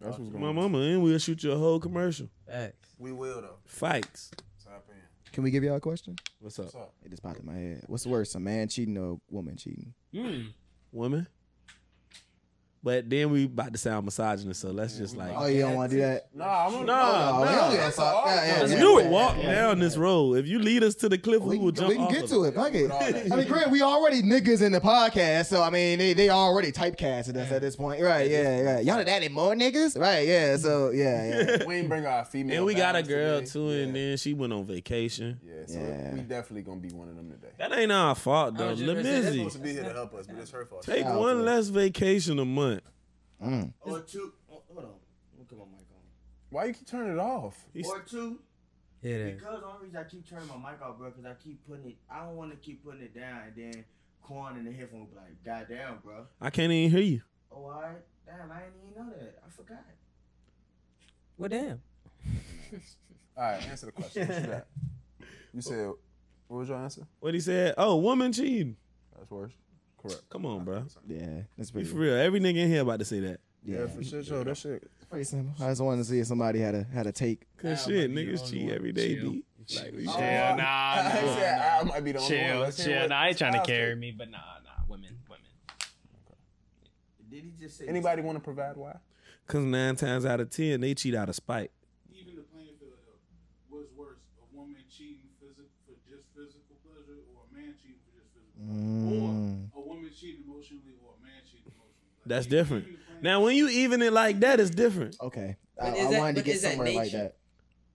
S4: That's what's
S1: My
S4: going on.
S1: mama, and we'll shoot you a whole commercial.
S7: Facts.
S5: We will though.
S1: Fights.
S5: Tap
S11: Can we give y'all a question?
S1: What's up? What's up?
S11: It just popped in my head. What's worse, a man cheating or a woman cheating?
S9: Mm.
S1: Women. But then we about to sound misogynist, so let's just like.
S11: Oh, you don't want to do that?
S1: No, I'm
S11: gonna-
S1: no,
S11: Oh, no, we don't get to talk. Yeah, yeah,
S1: Let's
S11: yeah,
S1: do
S11: yeah,
S1: it. Walk
S11: yeah,
S1: down this road. If you lead us to the cliff, we, will jump.
S11: we can
S1: off
S11: get
S1: of
S11: to it. Fuck it. I mean, Grant, we already niggas in the podcast, so I mean, they, they already typecasted us at this point, right? Yeah, yeah. Y'all did that in more niggas, right? Yeah. So yeah, yeah.
S5: we ain't bring our female.
S1: And we got a
S5: balance
S1: girl
S5: today.
S1: too, and then she went on vacation.
S5: Yeah, so we definitely gonna be one of them today.
S1: That ain't our fault
S5: I
S1: though.
S5: was just gonna say, they're supposed to
S1: Lemizzy,
S5: be here to help us, but it's her fault.
S1: take one less vacation a month.
S11: Mm,
S12: Or two. oh, Hold on. Let me put my mic on.
S5: Why you keep turning it off?
S12: or two.
S5: Yeah, it is.
S12: because the only reason I keep turning my mic off, bro, because I keep putting it. I don't want to keep putting it down, and then corn in the headphone will be like, "God damn, bro."
S1: I can't even hear you.
S12: Oh, all right. Damn, I didn't even know that. I forgot.
S7: Well, damn.
S5: All right, answer the question. What you got? You said, what was your answer?
S1: What he said? Oh, woman cheating.
S5: That's worse. Correct.
S1: Come on, bro.
S11: Yeah, that's
S1: be
S11: pretty-
S1: for real. Every nigga in here about to say that.
S11: Yeah, for
S5: sure, Joe. That shit.
S11: Pretty simple. I just wanted to see if somebody had a had a take.
S1: Good shit, niggas cheat every day, B. Like, we-
S9: Yeah, nah,
S5: I
S9: nah,
S5: said
S9: nah.
S5: I might be the only
S9: chill,
S5: one. Let's hear
S9: Chill,
S5: what
S9: Nah, I ain't trying to
S5: Styles
S9: carry
S5: think.
S9: me, but nah, nah, women, women.
S12: Did he just say?
S5: Anybody want to provide why?
S1: Cause nine times out of ten, they cheat out of spite.
S20: Even the playing field though, was worse. A woman cheating physic- for just physical pleasure, or a man cheating for just physical
S1: Mm.
S20: pleasure, or a woman cheating emotionally, or a man cheating emotionally.
S1: That's different. Now, when you even it like that, it's different.
S11: Okay,
S7: But I- is I that- wanted to but get is that somewhere like nature? that.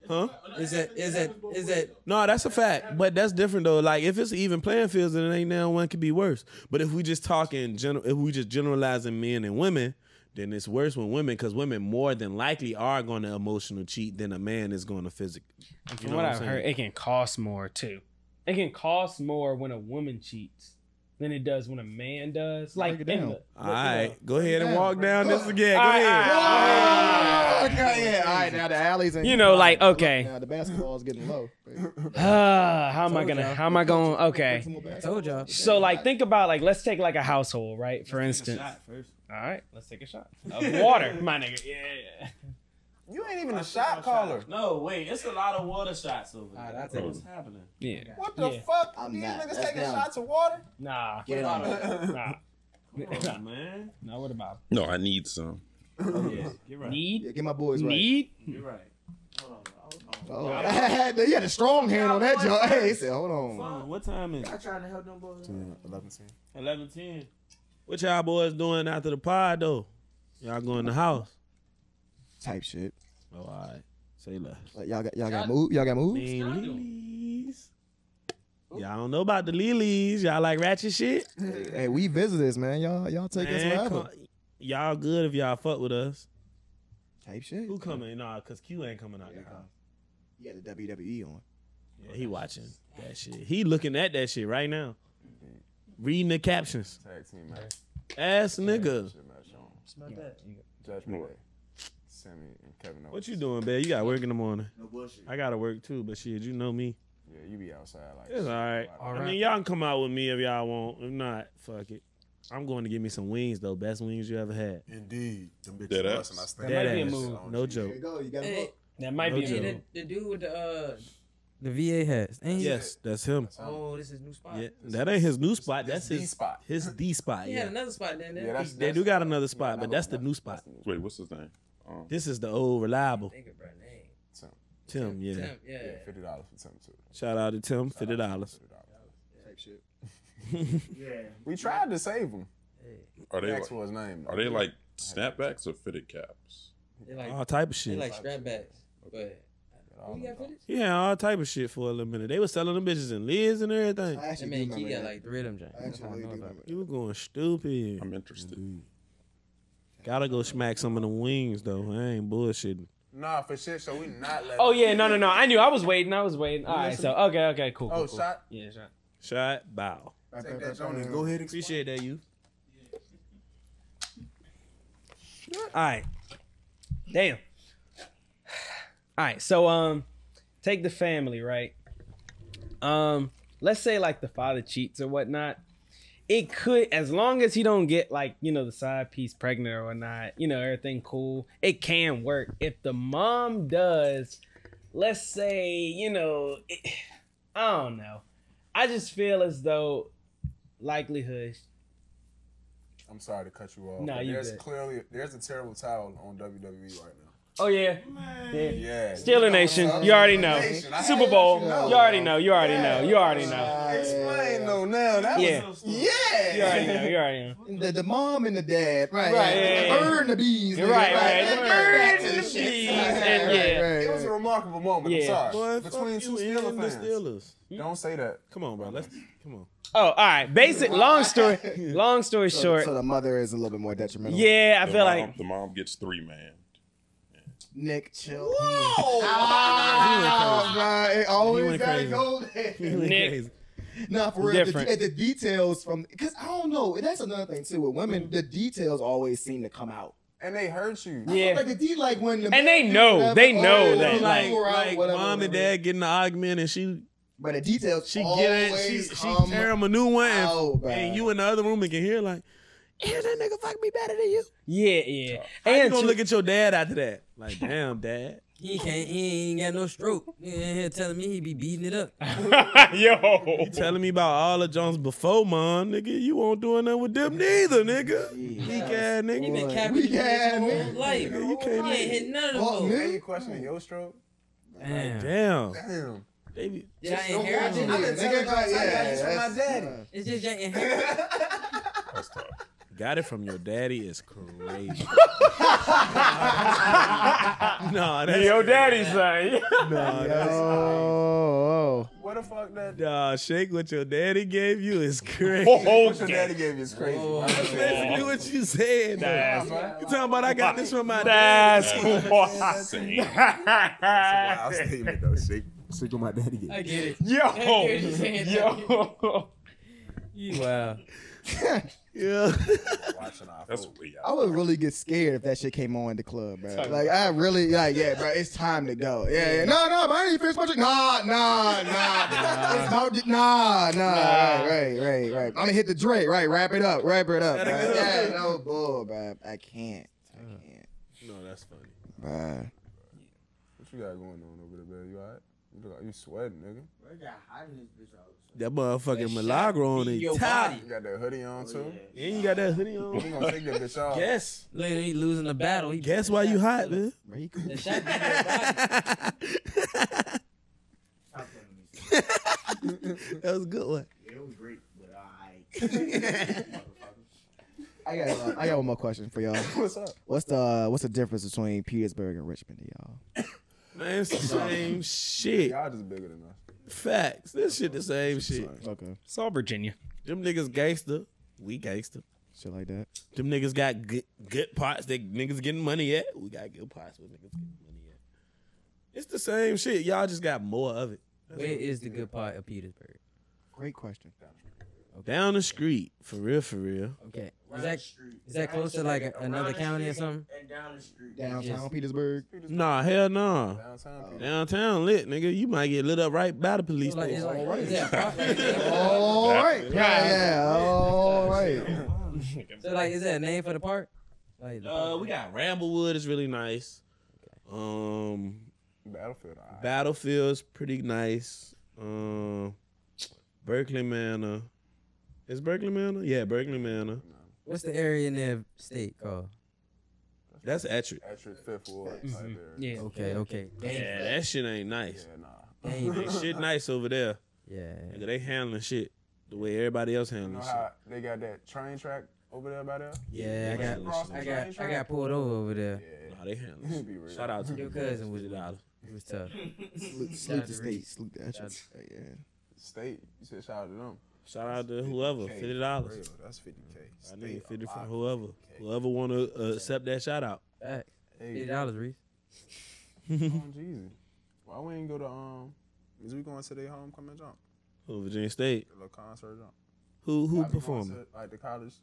S1: Huh?
S7: Is that is that is that
S1: No, that's a fact. But that's different though. Like if it's even playing fields, then it ain't now one could be worse. But if we just talking general, if we just generalizing men and women, then it's worse with women because women more than likely are going to emotional cheat than a man is going to physical.
S9: From what, I've heard, it can cost more too. It can cost more when a woman cheats than it does when a man does. Like, in the-
S1: All right, go ahead and walk down this again. Go
S9: All right,
S1: ahead.
S11: Okay, yeah. All right, now the alleys and
S9: You know, like, okay.
S11: Now the basketball's getting low.
S9: Ah, how am I
S11: Told
S9: gonna?
S11: y'all.
S9: How am I going? Okay.
S7: told y'all.
S9: So like, think about like, let's take like a household, right? For instance, All right, let's take a shot. of water, my nigga. Yeah, yeah.
S5: You ain't even a shot caller.
S21: No, wait, it's a lot of water shots over
S7: Ah,
S21: there. What's happening?
S9: Yeah.
S5: What the
S9: Yeah.
S5: fuck?
S9: I'm
S5: These
S9: not.
S5: niggas
S9: That's
S5: taking
S9: down.
S5: shots of water?
S9: Nah.
S5: Get on it.
S9: Nah.
S5: Come on,
S21: man.
S9: Nah, what about?
S8: No, I need some.
S21: yeah, you're right.
S9: Need?
S11: Yeah, get my boys right.
S9: Need?
S21: You're right.
S11: Oh, you had a strong hand on that, Joe. Hey, he said, hold on.
S1: What time is
S12: I trying to help them boys.
S5: Eleven
S21: Eleven ten.
S1: What y'all boys doing after the pod though? Y'all going to the house?
S11: Type shit.
S1: Oh, all right. Say less.
S11: Like, y'all got y'all got move. Y'all got moves.
S1: Lilies. Oh. Y'all don't know about the lilies. Y'all like ratchet shit.
S11: Hey, we visitors, man. Y'all y'all take us
S1: Man,
S11: wherever.
S1: come- y'all good if y'all fuck with us.
S11: Type shit.
S1: Who coming? Nah, cause Q ain't coming out. there.
S11: You got the WWE on.
S1: Yeah, he watching that shit. He looking at that shit right now. Reading the captions.
S5: Tag team match.
S1: Ass nigga.
S5: Shit match on.
S12: Smell that.
S5: Judgment Day. Sammy and Kevin Owens.
S1: What you doing, babe? You got work in the morning.
S12: No bullshit.
S1: I gotta work too, but shit, you know me.
S5: Yeah, you be outside like.
S1: It's all right. I
S5: right.
S1: mean, y'all can come out with me if y'all want. If not, fuck it. I'm going to give me some wings though. Best wings you ever had.
S5: Indeed. Them bitches
S1: Dead
S5: bust
S1: ass.
S5: and I stand
S1: Dead
S5: by that
S1: ass.
S5: Oh, shit. I don't
S1: No
S5: cheat.
S1: joke.
S7: Hey,
S9: That
S1: might be a
S7: hey,
S1: little-
S7: the, the dude with the uh.
S1: The VA has.
S7: ain't he?
S1: Yes, that's him.
S7: Oh, this is new spot.
S1: Yeah, that ain't his new spot. That's his spot. His D spot.
S7: He
S1: Yeah.
S7: had another spot down there.
S1: they do got another spot, but that's the new spot.
S8: Wait, what's his name? Um,
S1: This is the old reliable.
S5: Tim.
S1: Tim, yeah.
S5: Tim, yeah. Yeah, fifty dollars for Tim too.
S1: Shout out to Tim, fifty dollars.
S5: Type shit.
S12: yeah.
S5: We tried to save him.
S8: Are they
S5: Next
S8: like,
S5: was name.
S8: Are they like snapbacks or fitted caps?
S7: They like,
S1: All type of
S7: They
S1: shit.
S7: like strapbacks, but who you got for this?
S1: Yeah, all type of shit for a little minute. They was selling them bitches in lids and everything.
S7: That man, he got like three of them. Joints. That's how I know about it.
S1: You were going stupid.
S8: I'm interested.
S1: Gotta go smack some of the wings though. I ain't bullshitting.
S5: Nah, for shit. So we not letting.
S9: Oh yeah, no, no, no. I knew. I was waiting. I was waiting.
S5: You
S9: All right.
S5: listen-
S9: So okay, okay, cool.
S5: Oh,
S9: cool, cool.
S5: shot?
S9: Yeah, shot.
S1: Shot, bow.
S5: Take that, Johnny. Go ahead. and
S1: Appreciate that, you. All
S9: right. Damn. All right. So um, take the family, right? Um, let's say like the father cheats or whatnot. It could, as long as he don't get like you know the side piece pregnant or whatnot, you know everything cool. It can work if the mom does. Let's say you know. It, I don't know. I just feel as though likelihood.
S5: I'm sorry to cut you off.
S9: Nah,
S5: but
S9: you
S5: there's
S9: good.
S5: clearly there's a terrible towel on WWE right now.
S9: Oh yeah. yeah.
S5: Yeah.
S9: Steeler Nation, you already know.
S5: Nation, I
S9: Super
S5: had
S9: Bowl,
S5: to
S9: you
S5: know.
S9: already know. You already know. You already know.
S15: Explain though now. That
S9: Yeah.
S15: was
S11: Yeah.
S9: You already know. You already know.
S11: The, the mom and the dad, right?
S9: Right, yeah, yeah, yeah.
S11: Earn the bees.
S9: You're
S11: nigga,
S9: right, right.
S11: Earn that
S9: Earn the
S11: shit.
S9: bees,
S11: Right,
S9: and
S11: right,
S9: yeah.
S11: right,
S5: It was a
S11: right.
S5: remarkable moment.
S9: Yeah.
S5: I'm
S1: Boy,
S5: sorry.
S1: fuck
S5: Between two
S1: you
S5: Steelers
S1: and the
S5: fans.
S1: Steelers.
S5: Don't say that.
S1: Come on, bro. Let's come on.
S9: Oh, all right. Basic. Long story. Long story
S11: So-
S9: short.
S11: So the mother is a little bit more detrimental.
S9: Yeah, I
S8: The
S9: feel
S8: mom-
S9: like
S8: the mom gets three man.
S11: Nick, chill.
S6: Whoa!
S11: Ah, bruh, it always
S6: went
S11: gotta
S6: crazy.
S11: go there. Nah, for real. The,
S6: Different.
S11: at the details from because I don't know. and That's another thing too with women. The details always seem to come out.
S5: And they hurt you.
S11: Yeah. Like the D, like when the
S9: And they know. They know that,
S1: Like, like mom and dad getting the argument, and she.
S11: But the details.
S1: She get it. She
S11: always
S1: she
S11: come
S1: tear him a new one, and,
S11: out, bruh.
S1: and you in the other room and can hear like, "Yeah, that nigga fuck me better than you."
S9: Yeah, yeah.
S1: How
S9: and
S1: you gonna
S9: to-
S1: look at your dad after that? Like, damn, dad.
S7: He can't. He ain't got no stroke. He in here telling me he be beating it up.
S9: Yo,
S1: you telling me about all the Jones before, mom, nigga. You won't do nothing with them neither, nigga. Weak ass nigga.
S7: He been capping
S11: Weak
S7: his
S11: ass
S7: whole
S11: nigga.
S7: life.
S11: Nigga,
S7: you
S11: you
S7: can't
S11: can't
S7: he ain't hit none of them.
S11: Fuck,
S7: hoes.
S11: nigga.
S5: Now you questioning your stroke?
S1: Damn.
S5: Damn.
S1: Baby.
S7: Did I
S5: Don't
S7: inherit
S5: watch it.
S7: it?
S5: I've been telling
S11: Nigga,
S5: y'all, I got
S11: yeah,
S5: this from my
S11: that's-
S5: daddy.
S7: It's just your inheritance.
S1: Got it from your daddy is crazy. no, that's
S9: Yo, daddy son.
S1: No, that's
S11: Oh,
S5: What the fuck that?
S1: nah, shake what your daddy gave you is crazy.
S5: what your daddy gave you is crazy.
S1: That's basically what you said.
S5: That's-
S1: though. You talking about I got this from my
S9: That's
S1: daddy.
S9: what-
S5: I'll statement though. Shake, shake what my daddy gave.
S7: I get it.
S9: Yo, yo.
S7: You wow.
S1: yeah.
S8: That's way
S11: I would really get scared if that shit came on in the club, bro. Like I really like, yeah, bro. It's time to go. Yeah, yeah. No, no, but I ain't finished my drink. Nah, nah, nah. It's about to- nah, nah, Right, right, right, right. I'm gonna hit the Drake. Right, wrap it up, wrap it up.
S1: Gotta
S11: bruh.
S1: get
S11: Yeah,
S1: up.
S11: no bull, bro. I can't, I can't,
S1: No, that's funny.
S11: bruh.
S5: What you got going on over there, baby? You alright? You look like you sweating, nigga.
S12: Bro, it got hot in this bitch. out.
S1: That motherfucking Milagro on the top.
S5: You got that hoodie on too.
S1: And Oh, you got that hoodie on.
S5: We gonna take that bitch off.
S1: Guess.
S7: Later he losing the battle. He
S1: Guess why you hot, man?
S11: Bro, you
S7: The shot beat his body.
S1: That was a good one.
S12: Yeah, it was great, but alright.
S11: I got, one- I got one more question for y'all.
S5: What's up?
S11: What's the uh, what's the difference between Petersburg and Richmond to y'all?
S1: Man, it's the same shit.
S5: Y'all just bigger than us.
S1: Facts. This shit the same shit.
S11: Okay,
S9: It's all Virginia.
S1: Them niggas gangster. We gangster.
S11: shit like that.
S1: Them niggas got good, good parts that niggas getting money at. We got good parts with niggas getting money at. It's the same shit. Y'all just got more of it.
S7: Where is the good part of Petersburg?
S11: Great question.
S1: Down the street. For real, for real.
S7: Okay.
S12: Around the
S7: Is that
S12: street.
S7: is that close to like a- another county or something?
S12: And down the street.
S11: Downtown
S7: Yes.
S11: Petersburg.
S1: Nah, hell nah.
S5: Downtown. people.
S1: Downtown lit, nigga. You might get lit up right by the police
S7: Like,
S1: station.
S7: it's like, is that part- like, is that-
S11: Oh, All right. Yeah, yeah. All right.
S7: so like, is that a name for the park? Like, the
S1: Uh,
S7: park?
S1: we got Ramblewood is really nice. Um,
S5: Battlefield. alright.
S1: Battlefield's pretty nice. Um, Berkeley Manor. Is Berkeley Manor? Yeah, Berkeley Manor.
S7: what's the area in their state called?
S1: That's Ettrick.
S5: Actually, Fifth Ward. type area.
S9: Yeah.
S7: Okay, okay. Dang.
S1: Mm-hmm. Yeah, that shit ain't nice.
S5: Yeah, nah.
S1: Ain't shit nice over there.
S7: Yeah.
S1: Nigga, they handling shit the way everybody else
S5: You know
S1: handling shit.
S5: how they got that train track over there by there?
S7: Yeah,
S1: they
S7: I got,
S1: handling shit.
S7: I got, I got pulled over over there.
S1: Nah, they handling
S5: Be real.
S1: shit. Shout out to
S7: Your
S1: your
S7: cousin
S1: cousin
S7: was
S1: with dollars.
S7: It was tough.
S11: Salute,
S7: Shout
S11: salute
S7: out to
S11: the state.
S7: Reed.
S11: Salute the
S7: Shout out
S11: Etchins. Yeah.
S5: State. You said shout out to them.
S1: Shout out to whoever,
S5: K,
S1: fifty
S5: for real,
S1: dollars.
S5: That's fifty k.
S1: I need fifty from whoever, whoever want to uh, accept that shout out.
S7: Facts. Eighty
S5: Hey,
S7: dollars, Reese.
S5: on Jeezy. Why we ain't go to um? Is we going to their homecoming jump?
S1: Who, Virginia State.
S5: A little concert jump.
S1: Who who
S5: Why we going
S1: performing?
S5: to, Like the college.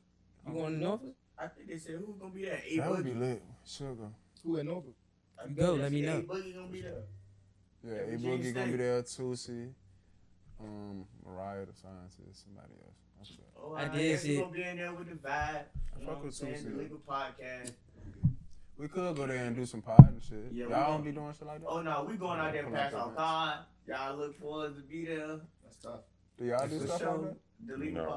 S7: You going to Norfolk?
S12: I think they said who's gonna be there? A
S5: That would be
S12: Boogie.
S5: lit. Sugar.
S11: Who at Norfolk?
S12: I think
S7: Go,
S12: they
S7: let me
S12: said A
S7: know.
S12: Boogie gonna be there.
S5: Yeah,
S12: Yeah,
S5: A
S12: Virginia
S5: Boogie gonna be
S12: State.
S5: there. Tusi, um, Mariah the Scientist, somebody else. That's it.
S12: Oh,
S7: I
S12: I,
S7: did
S12: guess
S7: see-
S12: we gonna be in there with the vibe. You know
S5: fuck
S12: what I'm
S5: with
S12: saying?
S5: Tusi.
S12: The legal podcast.
S5: We could go there and do some pod and shit.
S12: Yeah, we
S5: Y'all
S12: gonna-
S5: don't be doing shit like that.
S12: Oh no, we going out there and pass our God. Y'all look forward to be there. That's tough.
S5: Do y'all do
S12: For
S5: stuff
S12: sure.
S5: like that?
S12: Delete
S5: No. We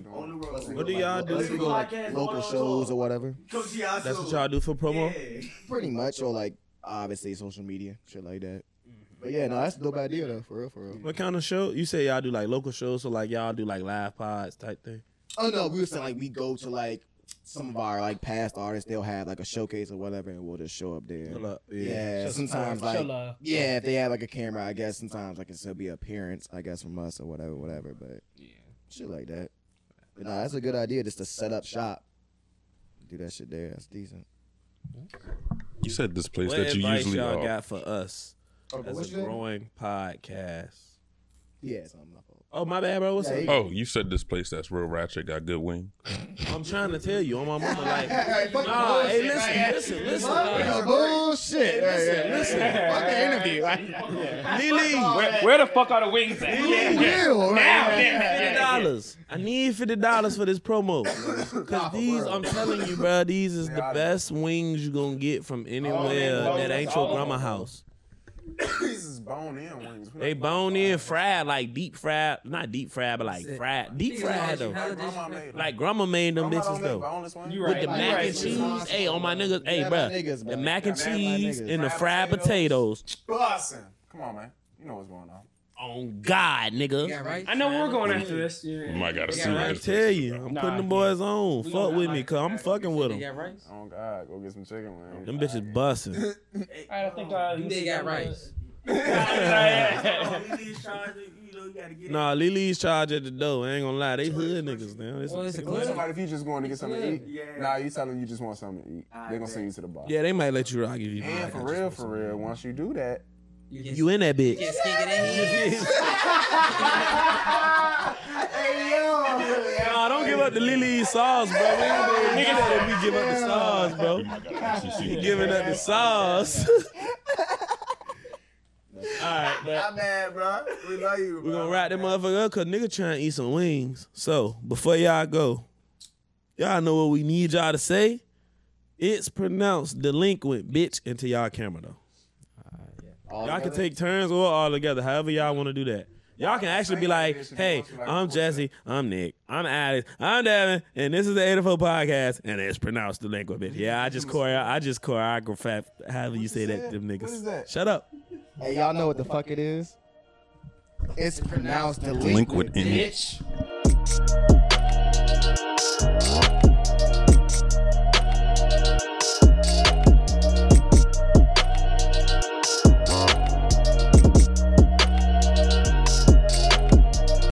S12: podcast
S5: don't.
S12: on the road.
S1: What do y'all do?
S12: Delete podcast
S11: local
S12: on
S11: shows or whatever.
S12: Come see our
S1: That's
S12: show.
S1: what y'all do for promo?
S11: Pretty much, or like obviously social media, shit like that. But yeah, no, that's a dope idea though, for real, for real.
S1: What kind of show? You say y'all do like local shows, so like y'all do like live pods type thing.
S11: Oh no, we were saying like we go to like some of our like past artists, they'll have like a showcase or whatever, and we'll just show up there.
S1: Show up, yeah.
S11: yeah.
S1: Show some
S11: sometimes
S1: love. Show
S11: like
S1: love.
S11: yeah, if they have like a camera, I guess sometimes like it's still be appearance, I guess from us or whatever, whatever. But yeah, shit like that. But nah, that's a good idea, just to set up shop. Do that shit there. That's decent.
S8: You said this place
S1: what
S8: that you
S1: advice
S8: usually
S1: y'all
S8: uh,
S1: got for us
S11: Oh, but
S1: as
S11: what's
S1: a
S11: that?
S1: growing podcast?
S11: Yeah, it's on my fault.
S1: Oh my bad, bro. What's up?
S8: Oh, you said this place that's real ratchet got good wing.
S1: I'm trying to tell you. On my mama, like,
S11: Hey, fuck
S1: nah.
S11: the
S1: Hey,
S11: bullshit,
S1: listen,
S11: man.
S1: listen, listen.
S11: Fuck the bullshit.
S1: Hey, listen,
S11: Hey, hey,
S1: listen.
S11: hey, Fuck the hey, interview.
S1: Lily,
S9: Where, where the fuck are the wings at?
S1: Lily,
S9: Now,
S1: I need fifty
S9: now, now.
S1: dollars. I need fifty dollars for this promo. Cause these, I'm telling you, bro, these is the best wings you gonna get from anywhere
S5: bro,
S1: that
S5: that's
S1: ain't your
S5: all.
S1: grandma house.
S5: These is bone in wings.
S1: They bone in fried, like deep fried, not deep fried, but like fried, deep
S5: These
S1: fried though.
S5: are like grandma made them.
S1: Like grandma made them
S5: Grandma
S1: bitches
S5: don't make
S1: though.
S5: boneless ones. You
S1: With the
S5: right,
S1: mac and
S5: you right.
S1: cheese, hey, on my niggas, hey,
S5: Yeah, my niggas,
S1: bruh,
S5: bro.
S1: the mac and
S5: Yeah, man, my
S1: cheese
S5: niggas.
S1: and the fried
S5: Fried
S1: potatoes.
S5: Bussin'. Come on, man. You know what's going on.
S1: On God, nigga.
S9: I know where we're going after this. Yeah.
S8: Might gotta
S1: Yeah,
S8: see
S1: I
S8: this.
S1: tell you, I'm
S8: Nah,
S1: putting the
S8: yeah.
S1: boys on.
S8: We
S1: Fuck
S8: gonna
S1: with
S8: have
S1: me, cause I'm fucking with them.
S5: Oh God, go get some chicken wings.
S1: Them bitches busting.
S9: Alright, I think uh, I
S7: You did got rice.
S1: Nah, Lily's charge at the door. I ain't gonna lie, they hood niggas now. They some sick
S5: Tell
S1: niggas.
S5: somebody if you just going to get something to eat.
S12: Yeah.
S5: Nah, you tell them you just want something to eat. They gonna send you to the bar.
S1: Yeah, they might let you rock if you. do
S5: And
S1: like
S5: for
S1: it.
S5: real, for real, once you do that,
S1: You in that bitch?
S12: Hey
S5: Oh,
S12: yo.
S1: Nah, don't give up the Lily's sauce, bro. We ain't doing that if we give up the E sauce, bro. You giving up the sauce. Alright,
S12: I'm mad, bro. We love you.
S1: We're gonna wrap that motherfucker up because nigga trying to eat some wings. So before y'all go, y'all know what we need y'all to say. It's pronounced delinquent, bitch, into y'all camera though. Y'all can take turns or all together, however y'all want to do that. Y'all can actually be like, hey, I'm Jesse, I'm Nick, I'm Alex, I'm Devin, and this is the 84 podcast, and it's pronounced delinquent, bitch. Yeah, I just choreo, I just choreograph, however you say that, them niggas. Shut up.
S11: Hey, y'all know what the fuck it is? It's pronounced
S1: Delinquent
S11: delinquent,
S1: in it.
S11: bitch.